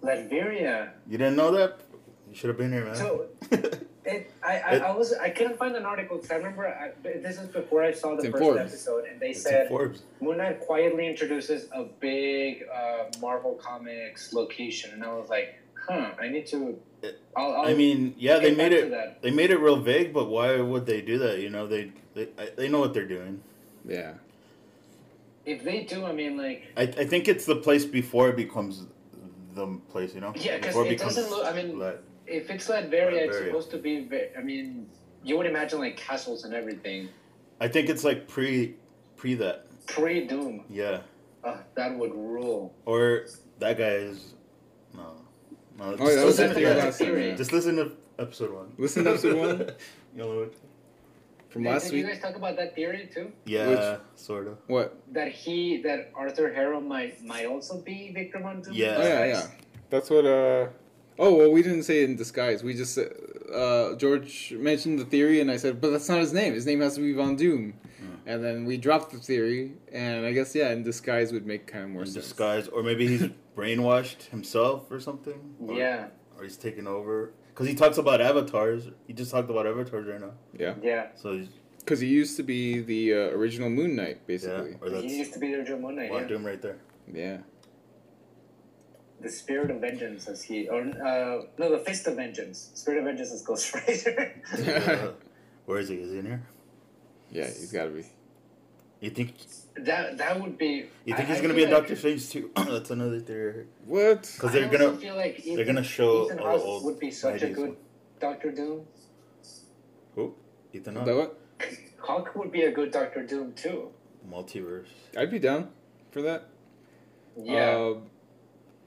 S5: Latveria.
S2: You didn't know that? You should have been here, man.
S5: So it, I, I, I was I couldn't find an article because I remember I, this is before I saw the
S1: It's in
S5: first
S1: Forbes.
S5: episode and they
S2: it's in
S5: said
S2: Forbes.
S5: Moon Knight quietly introduces a big uh, Marvel Comics location and I was like, huh, I need to.
S2: It-
S5: I'll, I'll,
S2: I mean, yeah, they
S5: get
S2: made
S5: back to
S2: it.
S5: that.
S2: They made it real vague, but why would they do that? You know, they they, I, they know what they're doing.
S1: Yeah.
S5: if they do, I mean, like,
S2: I, I think it's the place before it becomes the place. You know,
S5: Yeah, 'cause
S2: Before
S5: it doesn't look- I mean-
S2: Lat-
S5: if it's Latveria, it's
S2: Latveria.
S5: supposed to be. ve- I mean, you would imagine like castles and everything
S2: I think it's like pre pre that.
S5: pre Doom.
S2: Yeah,
S5: Uh, that would rule.
S2: or that guy is no. No,
S1: Oh, yeah, that was
S5: listen
S1: it.
S5: to
S1: Yeah,
S5: that
S1: last time,
S5: theory.
S1: yeah.
S2: Just listen to episode one.
S1: Listen to episode one?
S2: you know,
S1: from last
S5: Did
S1: week.
S5: you guys talk about that theory too?
S2: Yeah,
S1: Which-
S2: sort of.
S1: What?
S5: That he, that Arthur Harrow might might also be Victor Montu.
S2: Yeah.
S1: Oh yeah, yeah. That's what. uh Oh well, we didn't say it in disguise. We just said- uh George mentioned the theory, and I said, but that's not his name. His name has to be Von Doom. And then we dropped the theory, and I guess yeah, in disguise would make kind of more
S2: In
S1: sense.
S2: disguise, or maybe he's brainwashed himself or something. Or,
S5: Yeah.
S2: Or he's taken over. Because he talks about avatars. He just talked about avatars right now.
S1: Yeah,
S5: Yeah.
S2: So he's-
S1: because he used to be the uh, original Moon Knight,
S2: yeah,
S1: basically.
S2: or
S5: He
S2: that's
S5: used to be the original Moon Knight.
S2: Von
S5: yeah.
S2: Doom right there.
S1: Yeah.
S5: The Spirit of Vengeance, as he, or uh, no, the Fist of Vengeance. Spirit of Vengeance is Ghost Rider.
S2: Uh, where is he? Is he in here?
S1: Yeah, he's got to be.
S2: You think
S5: that that would be.
S2: you
S5: I-
S2: think
S5: I
S2: he's gonna be
S5: feel
S2: a
S5: like-
S2: Doctor Strange too? that's another theory.
S1: What?
S2: Because
S5: I
S2: they're
S5: also
S2: gonna
S5: feel like
S2: they're gonna show
S5: Ethan
S2: all the
S5: Hawke
S2: old
S5: would be such a
S2: 90s
S5: good
S2: one.
S5: Doctor Doom.
S2: Who? Ethan
S1: The
S2: Hawke.
S1: what?
S5: Hawk would be a good Doctor Doom too.
S2: Multiverse.
S1: I'd be down for that.
S5: Yeah,
S1: Uh,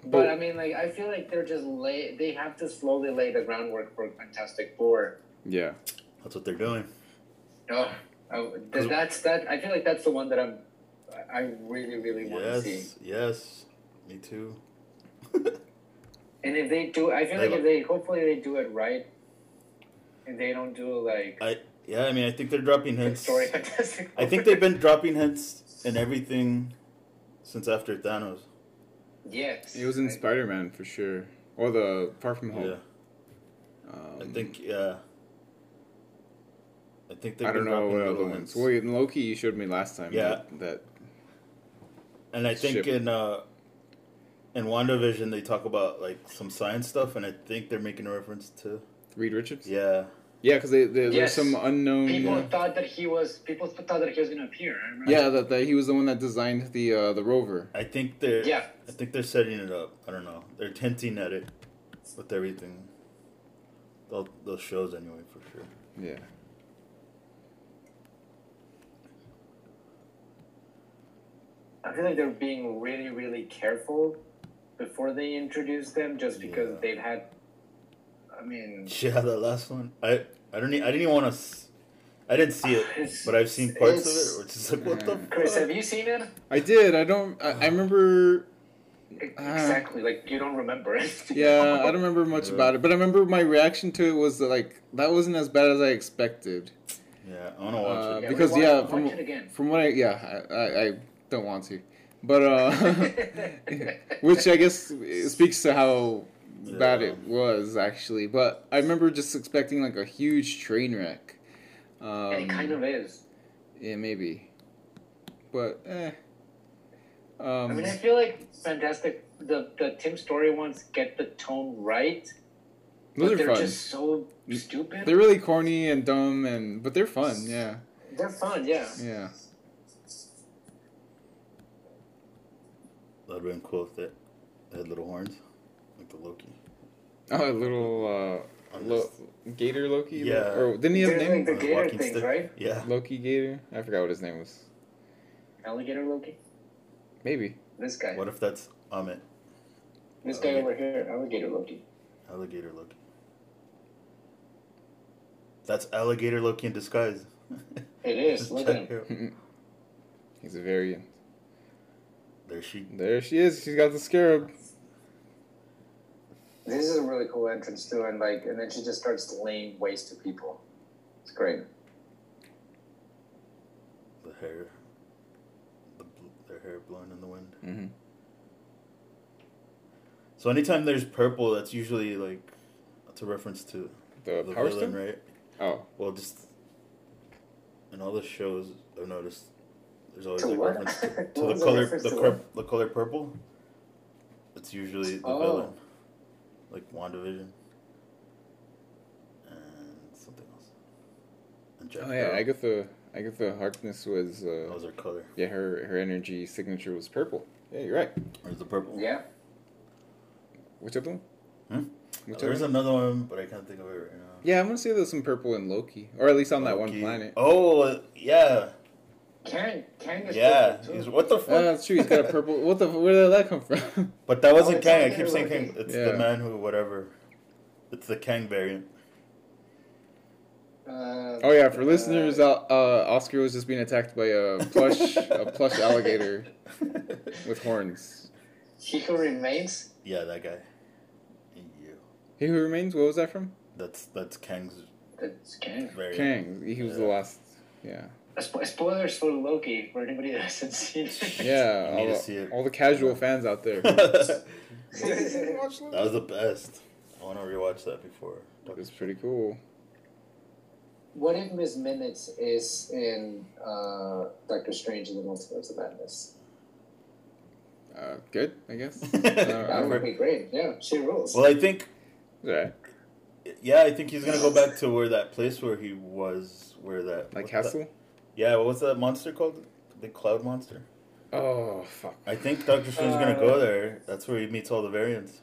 S5: but I mean, like, I feel like they're just lay. They have to slowly lay the groundwork for Fantastic Four.
S1: yeah.
S2: That's what they're doing.
S5: Ugh. I, th- that's that. I feel like that's the one that I'm. I- I really, really want to see.
S2: Yes, yes. Me too.
S5: And if they do, I
S2: They
S5: feel like if
S2: look-
S5: they hopefully they do it right, and they don't do like
S2: I yeah. I mean, I think they're dropping
S5: the
S2: hints.
S5: story Fantastic.
S2: I think
S5: Four.
S2: they've been dropping hints in everything since after Thanos.
S5: Yes,
S1: It was in
S5: I-
S1: Spider Man for sure, or the Far From Home.
S2: Yeah,
S1: Um,
S2: I think yeah. I think they've
S1: I
S2: been
S1: don't know
S2: dropping
S1: what
S2: little
S1: other ones.
S2: hints.
S1: Well, in Loki, you showed me last time.
S2: Yeah.
S1: That, that
S2: And I think
S1: Ship.
S2: in uh in WandaVision they talk about like some science stuff and I think they're making a reference to
S1: Reed Richards.
S2: Yeah.
S1: Yeah, because they, they,
S5: Yes.
S1: there's some unknown.
S5: People
S1: Yeah,
S5: thought that he was. People thought that he was going to appear. I remember.
S1: yeah that, that he was the one that designed the uh, the rover.
S2: I think they're
S5: Yeah.
S2: I think they're setting it up. I don't know. They're hinting at it with everything. Those those shows anyway for sure.
S1: Yeah.
S5: I feel like they're being really, really careful before they introduce them, just because
S2: Yeah.
S5: they've had. I mean,
S2: Yeah, that last one. I I don't e- I didn't even want to I didn't see it,
S5: It's-
S2: but I've seen parts of
S5: it's-
S2: it. Where it's just like, what the fuck?
S5: Chris, have you seen it?
S1: I did. I don't. I, I remember.
S5: exactly. Like you don't remember it.
S1: Uh, Yeah, I don't remember much about it, but I remember my reaction to it was that, like that wasn't as bad as I expected.
S2: Yeah, I want to watch
S1: Uh,
S2: it.
S5: Yeah,
S1: because
S5: watch-
S1: yeah,
S5: watch
S1: from,
S5: it again.
S1: from what I yeah, I, I, I don't want to, but uh, which I guess speaks to how bad it was actually. But I remember just expecting like a huge train wreck. Um,
S5: and it kind of is.
S1: yeah, maybe, but eh. Um,
S5: I mean, I feel like Fantastic. The the Tim Story ones get the tone right,
S1: those
S5: but
S1: are
S5: they're
S1: fun.
S5: just so stupid.
S1: They're really corny and dumb, and but they're fun. Yeah,
S5: They're fun, yeah.
S1: yeah.
S2: That'd been cool if they they had little horns, like the Loki.
S1: Oh, a little uh,
S2: On
S1: lo- gator Loki.
S2: Yeah.
S1: Or didn't he have a
S5: They're
S1: name?
S5: like The
S2: On
S5: gator
S2: walking
S5: things,
S2: stick.
S5: right?
S2: Yeah.
S1: Loki Gator. I forgot what his name was.
S5: Alligator Loki.
S1: Maybe.
S5: This guy.
S2: What if that's um, Amit,
S5: this guy
S2: alligator.
S5: over here. Alligator Loki.
S2: alligator Loki? That's alligator Loki in disguise.
S5: It is.
S2: Just
S5: Look at
S2: check
S5: him.
S2: her out.
S1: He's a variant.
S2: There she.
S1: There she is. She's got the scarab.
S5: This is a really cool entrance too, and like, and then she just starts laying waste to people. It's great.
S2: The hair. The bl- their hair blown in the wind.
S1: Mm-hmm.
S2: So anytime there's purple, that's usually like, that's a reference to
S1: The,
S2: the
S1: Uh, power
S2: villain,
S1: stone.
S2: right?
S1: Oh,
S2: Well, just in all the shows, I've noticed there's always
S5: To
S2: like
S5: what?
S2: reference to, to
S5: What
S2: the
S5: was the
S2: color,
S5: reference
S2: the,
S5: to
S2: cur- the color purple. It's usually the
S5: Oh.
S2: villain, like Wandavision, and something else. And Jack
S1: oh yeah.
S2: Sparrow.
S1: Agatha. Agatha Harkness was.
S2: that
S1: Uh,
S2: was her color.
S1: yeah, her her energy signature was purple. Yeah, you're right.
S2: There's the purple.
S5: Yeah.
S1: Which other one?
S2: Hmm?
S1: Which other
S2: There's
S1: one?
S2: another one, but I can't think of it right now.
S1: Yeah, I'm gonna say there's some purple in Loki, or at least on that one
S2: Loki.
S1: planet.
S2: Oh uh, yeah,
S5: Kang. Kang is
S2: yeah.
S5: purple, too.
S2: He's- what the fuck?
S1: Oh, that's true. He's got a purple. What the? Where did that come from?
S2: But that wasn't
S5: it's
S2: Kang. I
S5: not
S2: keep saying
S5: Kang.
S2: Kang. It's
S1: Yeah.
S2: the man who, whatever. It's the Kang variant.
S5: Uh,
S1: Oh yeah, for listeners, Al- uh, Oscar was just being attacked by a plush a plush alligator with horns.
S5: He Who Remains.
S2: yeah, that guy. You.
S1: He who remains. What was that from?
S2: That's that's Kang's
S5: That's Kang.
S2: very.
S1: Kang. He was the
S2: Yeah.
S1: last. Yeah.
S5: Spo- Spoilers for Loki for anybody that hasn't seen it.
S1: Yeah.
S2: You need to
S1: All,
S2: see it.
S1: all the casual fans out there.
S2: that
S1: It's
S2: was the best. I want to rewatch that before.
S1: pretty cool.
S5: what if Miss Minutes is in uh, Doctor Strange in the Multiverse of Madness?
S1: Uh, good, I guess.
S5: That would
S1: Alright.
S5: be great. Yeah, she rules.
S2: well, I think
S1: Alright.
S2: yeah, I think he's gonna go back to where that place where he was, where that
S1: Like
S2: what's
S1: Hassel.
S2: that- yeah, what was that monster called? The cloud monster.
S1: Oh fuck.
S2: I think Doctor Strange's gonna go there. That's where he meets all the variants.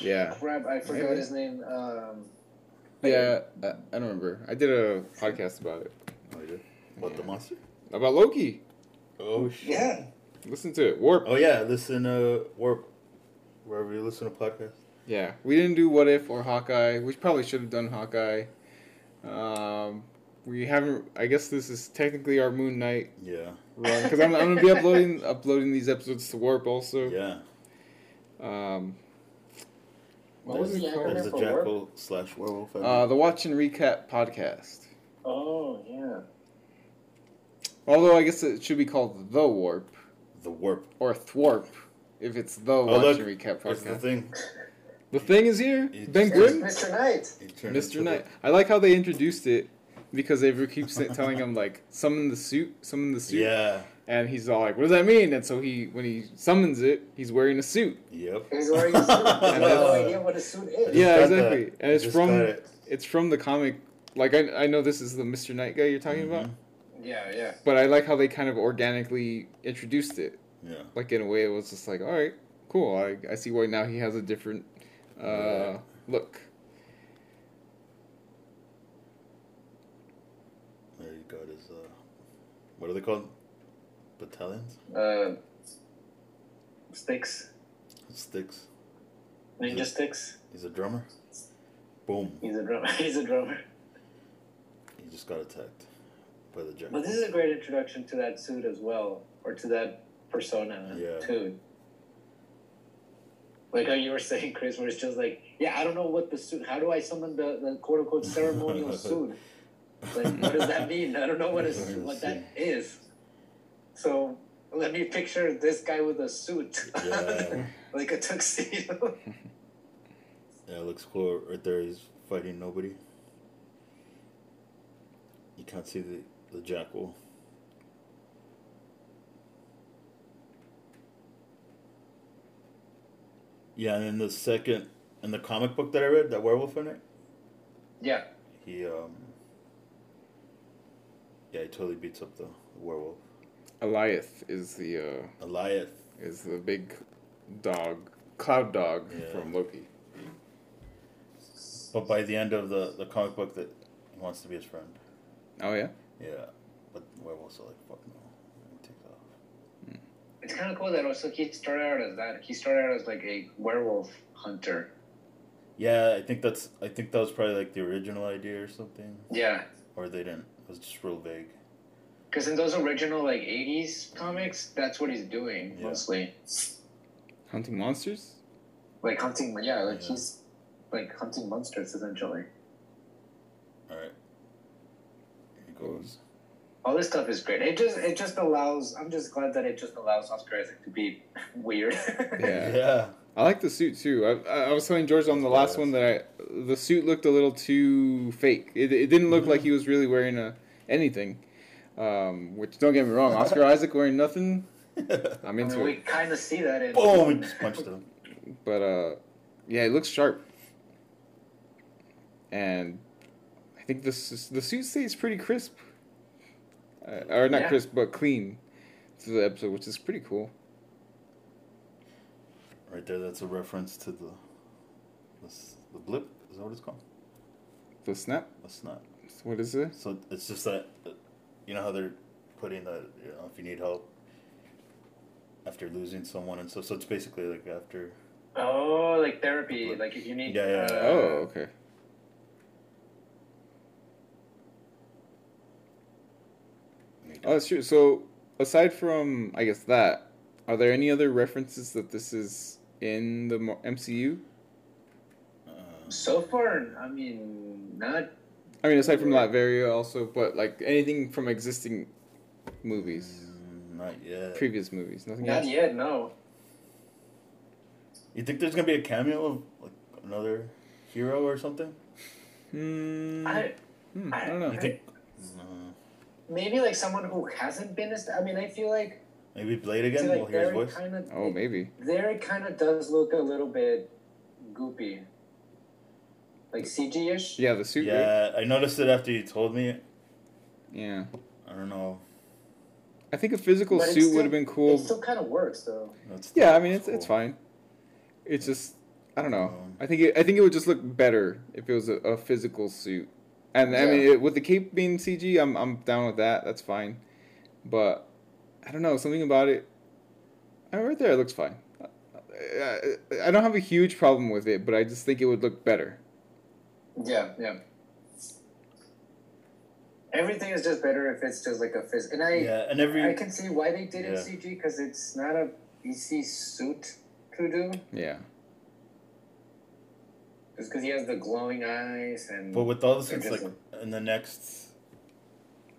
S1: Yeah.
S5: Crap, I forgot
S1: Maybe.
S5: his name. Um,
S1: Yeah. I, I don't remember. I did a podcast about it
S2: What the monster?
S1: about Loki.
S2: Oh shit.
S5: yeah.
S1: Listen to it. Warp.
S2: Oh yeah, listen uh Warp wherever you listen to podcasts.
S1: Yeah, we didn't do What If or Hawkeye. We probably should have done Hawkeye. Um, we haven't. I guess this is technically our Moon Knight
S2: Yeah.
S1: run because I'm, I'm gonna be uploading uploading these episodes to Warp also.
S2: Yeah.
S1: Um,
S5: What was
S1: There's
S5: the
S1: a-
S5: acronym
S2: There's a
S5: for work?
S2: jackal slash werewolf.
S1: uh, the Watch and Recap podcast.
S5: Oh yeah.
S1: Although I guess it should be called the Warp
S2: the warp.
S1: or Thwarp if it's the
S2: Oh,
S1: Watch
S2: look,
S1: and Recap
S2: That's the
S1: podcast. The,
S2: thing.
S1: thing is here.
S2: You
S1: Ben
S2: just-
S1: Grimm.
S5: Mr. Knight.
S2: It turned
S1: Mr.
S2: into the-
S1: Knight. I like how they introduced it because they keeps telling him like summon the suit, summon the suit.
S2: Yeah.
S1: And he's all like, "What does that mean?" And so he, when he summons it, he's wearing a suit.
S2: Yep.
S5: He's wearing a suit. I have no
S1: Uh,
S5: idea what a suit is.
S1: Yeah,
S2: Got that.
S1: exactly. And it's
S2: Just
S1: from
S2: got it.
S1: it's from the comic. Like I, I know this is the Mister Knight guy you're talking
S2: Mm-hmm.
S1: about,
S5: Yeah, yeah.
S1: but I like how they kind of organically introduced it.
S2: Yeah.
S1: Like in a way, it was just like, "All right, cool. I, I see why now he has a different uh,
S2: Yeah.
S1: look."
S2: There you got his uh what are they called? Battalions?
S5: Uh, sticks.
S2: Sticks.
S5: Ninja sticks.
S2: He's a drummer. Boom.
S5: He's a drummer. He's a drummer.
S2: He just got attacked by the jackal.
S5: But this is a great introduction to that suit as well, or to that persona
S2: Yeah.
S5: too. Like how you were saying, Chris, where it's just like, yeah, I don't know what the suit. How do I summon the, the quote unquote ceremonial suit? Like, what does that mean? I don't know what is what that is. So let me picture this guy with a suit,
S2: Yeah.
S5: like a tuxedo.
S2: Yeah, it looks cool right there. He's fighting nobody. You can't see the, the jackal. Yeah, and in the second, in the comic book that I read, that werewolf in it,
S5: yeah,
S2: he, um, yeah, he totally beats up the werewolf.
S1: Eliath is the uh,
S2: Eliath.
S1: is the big dog, cloud dog
S2: Yeah.
S1: from Loki.
S2: But by the end of the, the comic book, that he wants to be his friend.
S1: Oh yeah,
S2: Yeah, but werewolves are like, fuck no. And he takes off.
S5: it's kind of cool that also he started out as that. He started out as like a werewolf hunter.
S2: Yeah, I think that's. I think that was probably like the original idea or something,
S5: Yeah.
S2: or they didn't. It was just real vague.
S5: Because in those original like '80s comics, that's what he's doing
S2: Yeah.
S5: mostly,
S1: hunting monsters.
S5: like hunting. Yeah, like
S2: Yeah.
S5: he's like hunting monsters essentially.
S2: All right, here he goes.
S5: All this stuff is great. It just it just allows. I'm just glad that it just allows Oscar Isaac to be weird.
S1: Yeah.
S2: Yeah,
S1: I like the suit too. I, I- I was telling George on the last one that I, the suit looked a little too fake. It, it didn't look like he was really wearing a anything. Um, which don't get me wrong, Oscar Isaac wearing nothing, I'm
S5: I mean,
S1: into
S5: we
S1: it. Oh,
S5: kind of see that in. um,
S2: boom! He just punched him.
S1: But uh, yeah, it looks sharp, and I think the s- the suit stays pretty crisp, uh, or not
S5: Yeah.
S1: crisp, but clean through the episode, which is pretty cool.
S2: Right there, that's a reference to the the, s- the blip. Is that what it's called?
S1: The snap,
S2: That's not.
S1: what is it?
S2: So it's just that, uh, you know how they're putting that. You know, if you need help after losing someone and stuff. So it's basically like after.
S5: Oh, Uh, like therapy. Like if you need.
S2: Yeah, yeah, yeah.
S5: Uh,
S1: Oh, okay. Oh, that's true. So, aside from, I guess, that, are there any other references that this is in the Mar- MCU?
S2: um,
S5: So far, I mean, not
S1: I mean, aside from Latveria, also, but like anything from existing movies,
S2: Mm, Not yet.
S1: previous movies, nothing
S5: not
S1: else.
S5: yet. No,
S2: You think there's gonna be a cameo of like another hero or something?
S1: Hmm,
S5: I
S1: hmm, I don't know.
S2: You think? No.
S5: maybe like someone who hasn't been. est- I mean, I feel like
S2: Maybe Blade
S5: I
S2: again.
S5: feel
S2: We'll
S5: like
S2: hear his
S5: there
S2: voice.
S5: kind of
S1: Oh, maybe.
S5: there it kind of does look a little bit goopy, like CG ish.
S1: Yeah, the suit. right?
S2: Yeah, I noticed it after you told me.
S1: Yeah.
S2: I don't know.
S1: I think a physical
S5: But it's
S1: suit
S5: still-
S1: would have been cool.
S5: It still kind of works though.
S2: That's
S1: yeah, I mean, it's
S2: cool.
S1: it's fine. It's just I don't know.
S2: Um,
S1: I think it, I think it would just look better if it was a, a physical suit. And I mean,
S5: Yeah.
S1: it, with the cape being CG, I'm I'm down with that. That's fine. But I don't know something about it. I right there, it looks fine. I, I, I don't have a huge problem with it, but I just think it would look better.
S5: Yeah, yeah. Everything is just better if it's just like a phys. And I
S2: Yeah, and every
S5: I can see why they did it
S2: Yeah.
S5: CG because it's not a easy suit to do.
S1: Yeah.
S5: Just because he has the glowing eyes and
S2: But with all the
S5: They're
S2: suits, like
S5: different.
S2: in the next,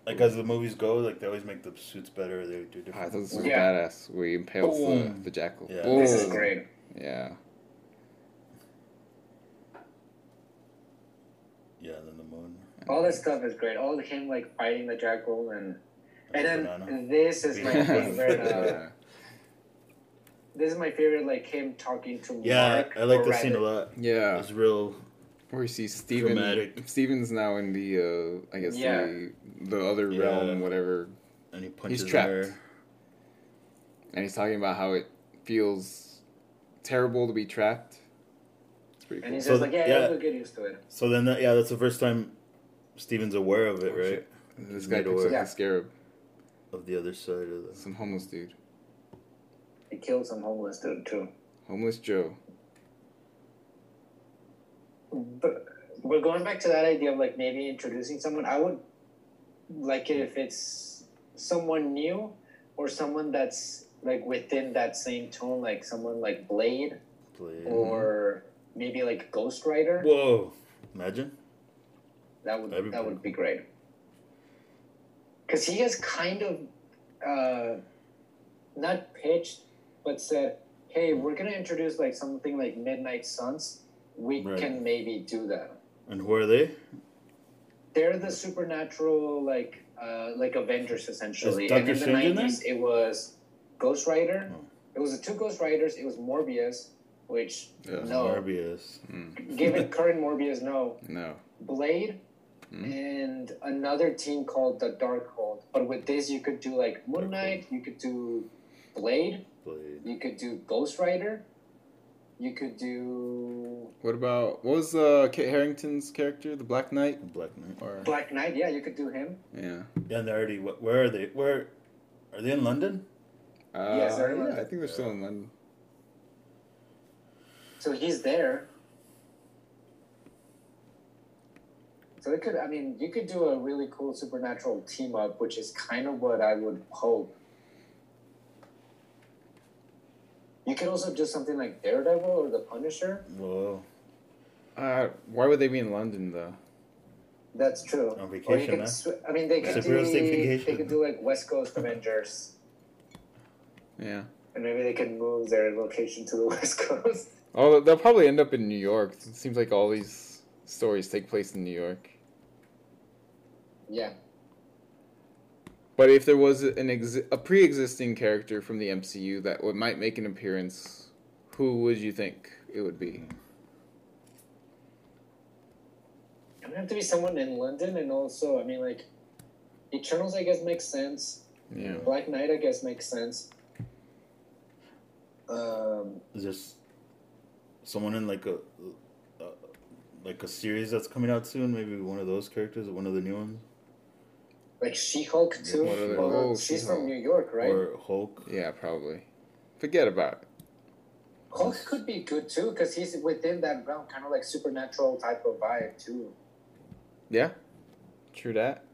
S2: like as the movies go, like they always make the suits better. They do
S1: Ah, I
S2: different.
S1: thought this was
S5: Yeah.
S1: badass where he impales the,
S2: Boom.
S1: the jackal.
S2: Yeah.
S5: this is
S1: Boom.
S5: great.
S1: Yeah.
S2: yeah, then the moon. and
S5: All this stuff is great. All him like fighting the jackal and and
S2: the
S5: then
S2: banana.
S5: this is my
S2: Yeah.
S5: favorite. Uh,
S1: Yeah.
S5: this is my favorite, like him talking to
S2: Yeah,
S5: Mark.
S2: I like
S5: or
S2: this scene a
S5: rather-
S2: lot.
S1: yeah.
S2: It's real.
S1: Where you see Steven
S2: Dramatic.
S1: Steven's now in the uh I guess
S5: Yeah.
S1: the the other
S2: Yeah.
S1: realm, whatever.
S2: And he punches
S1: trapped.
S2: her.
S1: And he's talking about how it feels terrible to be trapped. It's pretty
S5: And
S1: cool.
S5: he's
S2: So
S5: just like, yeah,
S2: yeah.
S5: yeah, we'll get used to it.
S2: So then, that, yeah, that's the first time Steven's aware of it,
S1: Oh,
S2: right?
S1: shit. This
S2: he's
S1: guy
S2: made
S1: picks up
S5: aware.
S1: the scarab.
S2: Of the other side of the.
S1: Some homeless dude.
S5: He killed some homeless dude too.
S1: Homeless Joe.
S5: But we're going back to that idea of like maybe introducing someone. I would like it if it's someone new or someone that's like within that same tone, like someone like Blade
S2: Blade.
S5: Oh. or maybe like Ghost Rider.
S2: Whoa! Imagine.
S5: that would
S2: that'd be
S5: that
S2: pretty
S5: would be great. Because he has kind of uh, not pitched, but said, "Hey, we're gonna introduce like something like Midnight Suns. We
S2: Right.
S5: can maybe do that."
S2: And who are they?
S5: they're the supernatural like uh like avengers essentially
S2: Is
S5: and
S2: Doctor
S5: in the
S2: Strange in
S5: 90s it was ghost rider
S2: Oh.
S5: it was the two ghost riders it was morbius which
S1: Yeah.
S5: no
S2: Morbius.
S5: give it current morbius no
S1: No.
S5: blade
S1: Hmm.
S5: and another team called the dark hold but with this you could do like moon
S2: Darkhold.
S5: knight you could do blade
S2: Blade.
S5: you could do ghost rider you could do
S1: What about what was uh Kit Harrington's character, the Black Knight?
S2: And Black Knight.
S1: Or
S5: black knight yeah you could do him
S1: yeah.
S2: Yeah, and they're already. wh- Where are they? Where? Are they in London?
S1: Uh,
S5: Yes, they're in
S1: yeah, I
S5: London.
S1: think they're still in London.
S5: So he's there. So it could, I mean, you could do a really cool supernatural team up, which is kind of what I would hope. You could also do something like Daredevil or The Punisher.
S2: Whoa.
S1: Uh why would they be in London though?
S5: That's true.
S2: On
S5: or you
S2: vacation,
S5: could,
S2: huh?
S5: sw- I mean, they could do
S2: Superheroes take vacation.
S5: they could do like West Coast Avengers,
S1: Yeah.
S5: and maybe they can move their location to the West Coast.
S1: Oh, they'll probably end up in New York. It seems like all these stories take place in New York.
S5: yeah,
S1: But if there was an exi- a pre-existing character from the MCU that would, might make an appearance, who would you think it would be?
S5: it would have to be someone in London, and also, I mean, like Eternals, I guess makes sense.
S1: Yeah.
S5: Black Knight, I guess, makes sense. Um,
S2: Is there s- someone in like a, uh, like a series that's coming out soon? Maybe one of those characters, one of the new ones,
S5: like She Hulk too.
S1: What are they-
S5: Well,
S1: oh,
S5: she's
S1: She-Hulk.
S5: from New York, right?
S2: or Hulk.
S1: Yeah, probably. Forget about it.
S5: Hulk could be good too, because he's within that realm, kind of like supernatural type of vibe too.
S1: Yeah. True that.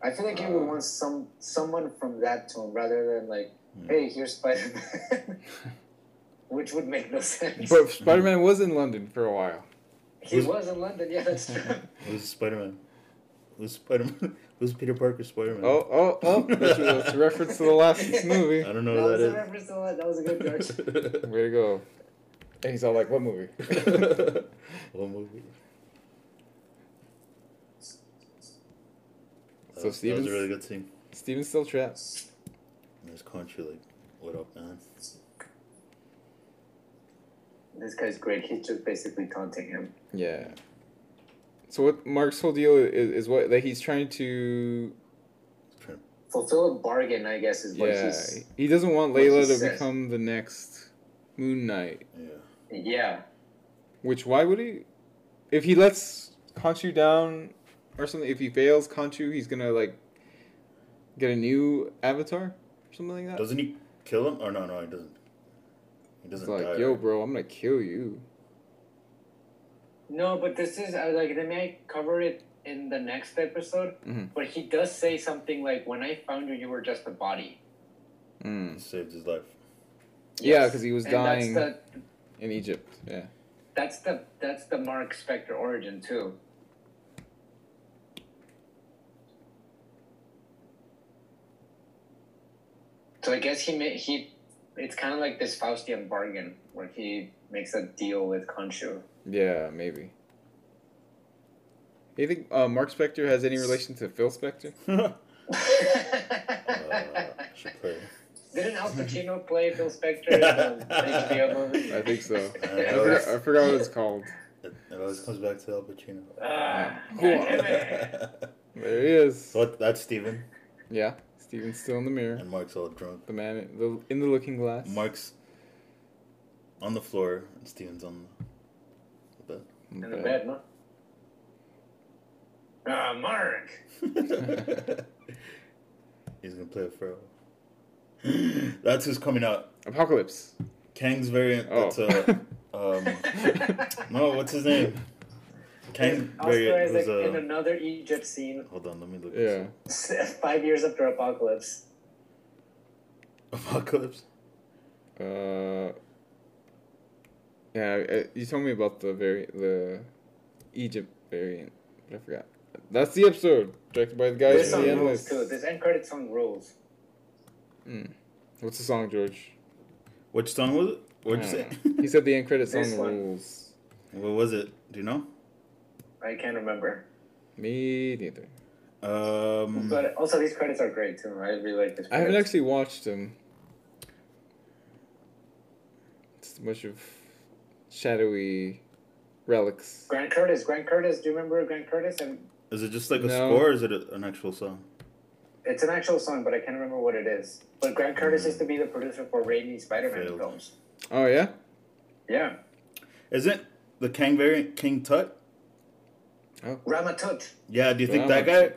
S5: I feel like you
S1: Uh.
S5: would want some someone from that tone rather than like,
S1: Hmm.
S5: hey, here's Spider Man, which would make no sense.
S1: But Spider Man was in London for a while.
S5: he was in London, yeah, that's true.
S2: Who's Spider Man? Who's Spider Man? Who's Peter Parker Spider Man?
S1: Oh, oh, oh! That's a, that's a reference to the last movie.
S2: I don't know
S5: that
S2: who
S5: was a
S2: that
S5: reference to that. That was a good joke.
S2: is.
S1: Way to go! And he's all like, "What movie?"
S2: what movie? That
S1: So
S2: was, that was
S1: Steven's,
S2: a really good scene.
S1: Steven's still trapped.
S2: This country, like, what up, man?
S5: This guy's great. He's just basically taunting him.
S1: Yeah. So what Mark's whole deal is, is what that he's trying to
S2: Trying to
S5: Fulfill a bargain, I guess, is what
S1: yeah
S5: he's.
S1: he doesn't want
S5: what he
S1: Layla to
S5: says.
S1: become the next Moon Knight.
S2: Yeah.
S5: Yeah.
S1: Which why would he? If he lets Conchu down or something, if he fails Conchu, he's gonna like get a new avatar or something like that.
S2: Doesn't he kill him? Or no, no, he doesn't. He
S1: it's
S2: doesn't
S1: like,
S2: die.
S1: yo,
S2: right?
S1: bro, I'm gonna kill you.
S5: No, but this is uh, like they may cover it in the next episode.
S1: Mhm.
S5: But he does say something like, "When I found you, you were just a body."
S1: Mm.
S2: He saved his life.
S1: Yeah,
S5: Yes.
S1: because he was
S5: And
S1: dying
S5: That's the
S1: in Egypt. Yeah.
S5: that's the that's the Mark Spector origin too. So I guess he ma- he, it's kind of like this Faustian bargain where he makes a deal with Khonshu.
S1: Yeah, maybe. You think uh, Mark Spector has any relation to Phil Spector?
S2: uh, should Uh,
S5: Didn't
S2: play.
S5: Al Pacino play Phil Spector in the HBO movie?
S1: I think so. I,
S2: that was-
S1: forgot, I forgot what it's called.
S2: It, it always comes back to Al Pacino.
S5: Ah, damn it.
S1: There he is.
S2: so that- that's Steven.
S1: Yeah, Steven's still in the mirror.
S2: And Mark's all drunk.
S1: The man in the, in the looking glass.
S2: Mark's on the floor, and Steven's on the bed.
S1: In the
S5: In the
S1: bed.
S5: bed, no? Ah, Mark.
S2: He's gonna play it forever. That's who's coming out.
S1: Apocalypse.
S2: Kang's variant.
S1: Oh.
S2: That's uh, um, no, what's his name? Kang's
S5: Oscar
S2: variant
S5: Isaac
S2: was
S5: in
S2: uh,
S5: another Egypt scene
S2: Hold on, let me look.
S1: yeah.
S2: This up.
S5: five years after Apocalypse.
S2: Apocalypse.
S1: Uh, yeah, I- you told me about the vari- the Egypt variant. but I forgot. That's the episode directed by the guys
S5: There's
S1: from
S5: some
S1: the
S5: rules
S1: Endless.
S5: too. This end credit song rules.
S1: What's the song, George?
S2: Which song was it? What'd you
S1: I
S2: say?
S1: don't know. He said the end credits
S5: This
S1: on
S5: one.
S1: rules.
S2: what was it? Do you know?
S5: I can't remember.
S1: Me neither.
S2: Um,
S5: But also these credits are great too. I really like this.
S1: I haven't
S5: credits.
S1: actually watched them. It's much of shadowy relics.
S5: Grant Curtis. Grant Curtis. Do you remember Grant Curtis? And
S2: is it just like a
S1: No.
S2: score, or is it a, an actual song?
S5: it's an actual song, but I can't remember what it is. But Grant Curtis used to be the producer for Raimi Spider-Man
S2: Mm-hmm. Failed.
S5: films.
S1: Oh yeah,
S5: Yeah,
S2: Isn't the Kang variant King Tut?
S5: Ramatut.
S2: Yeah. Do you think
S1: Well,
S2: that guy?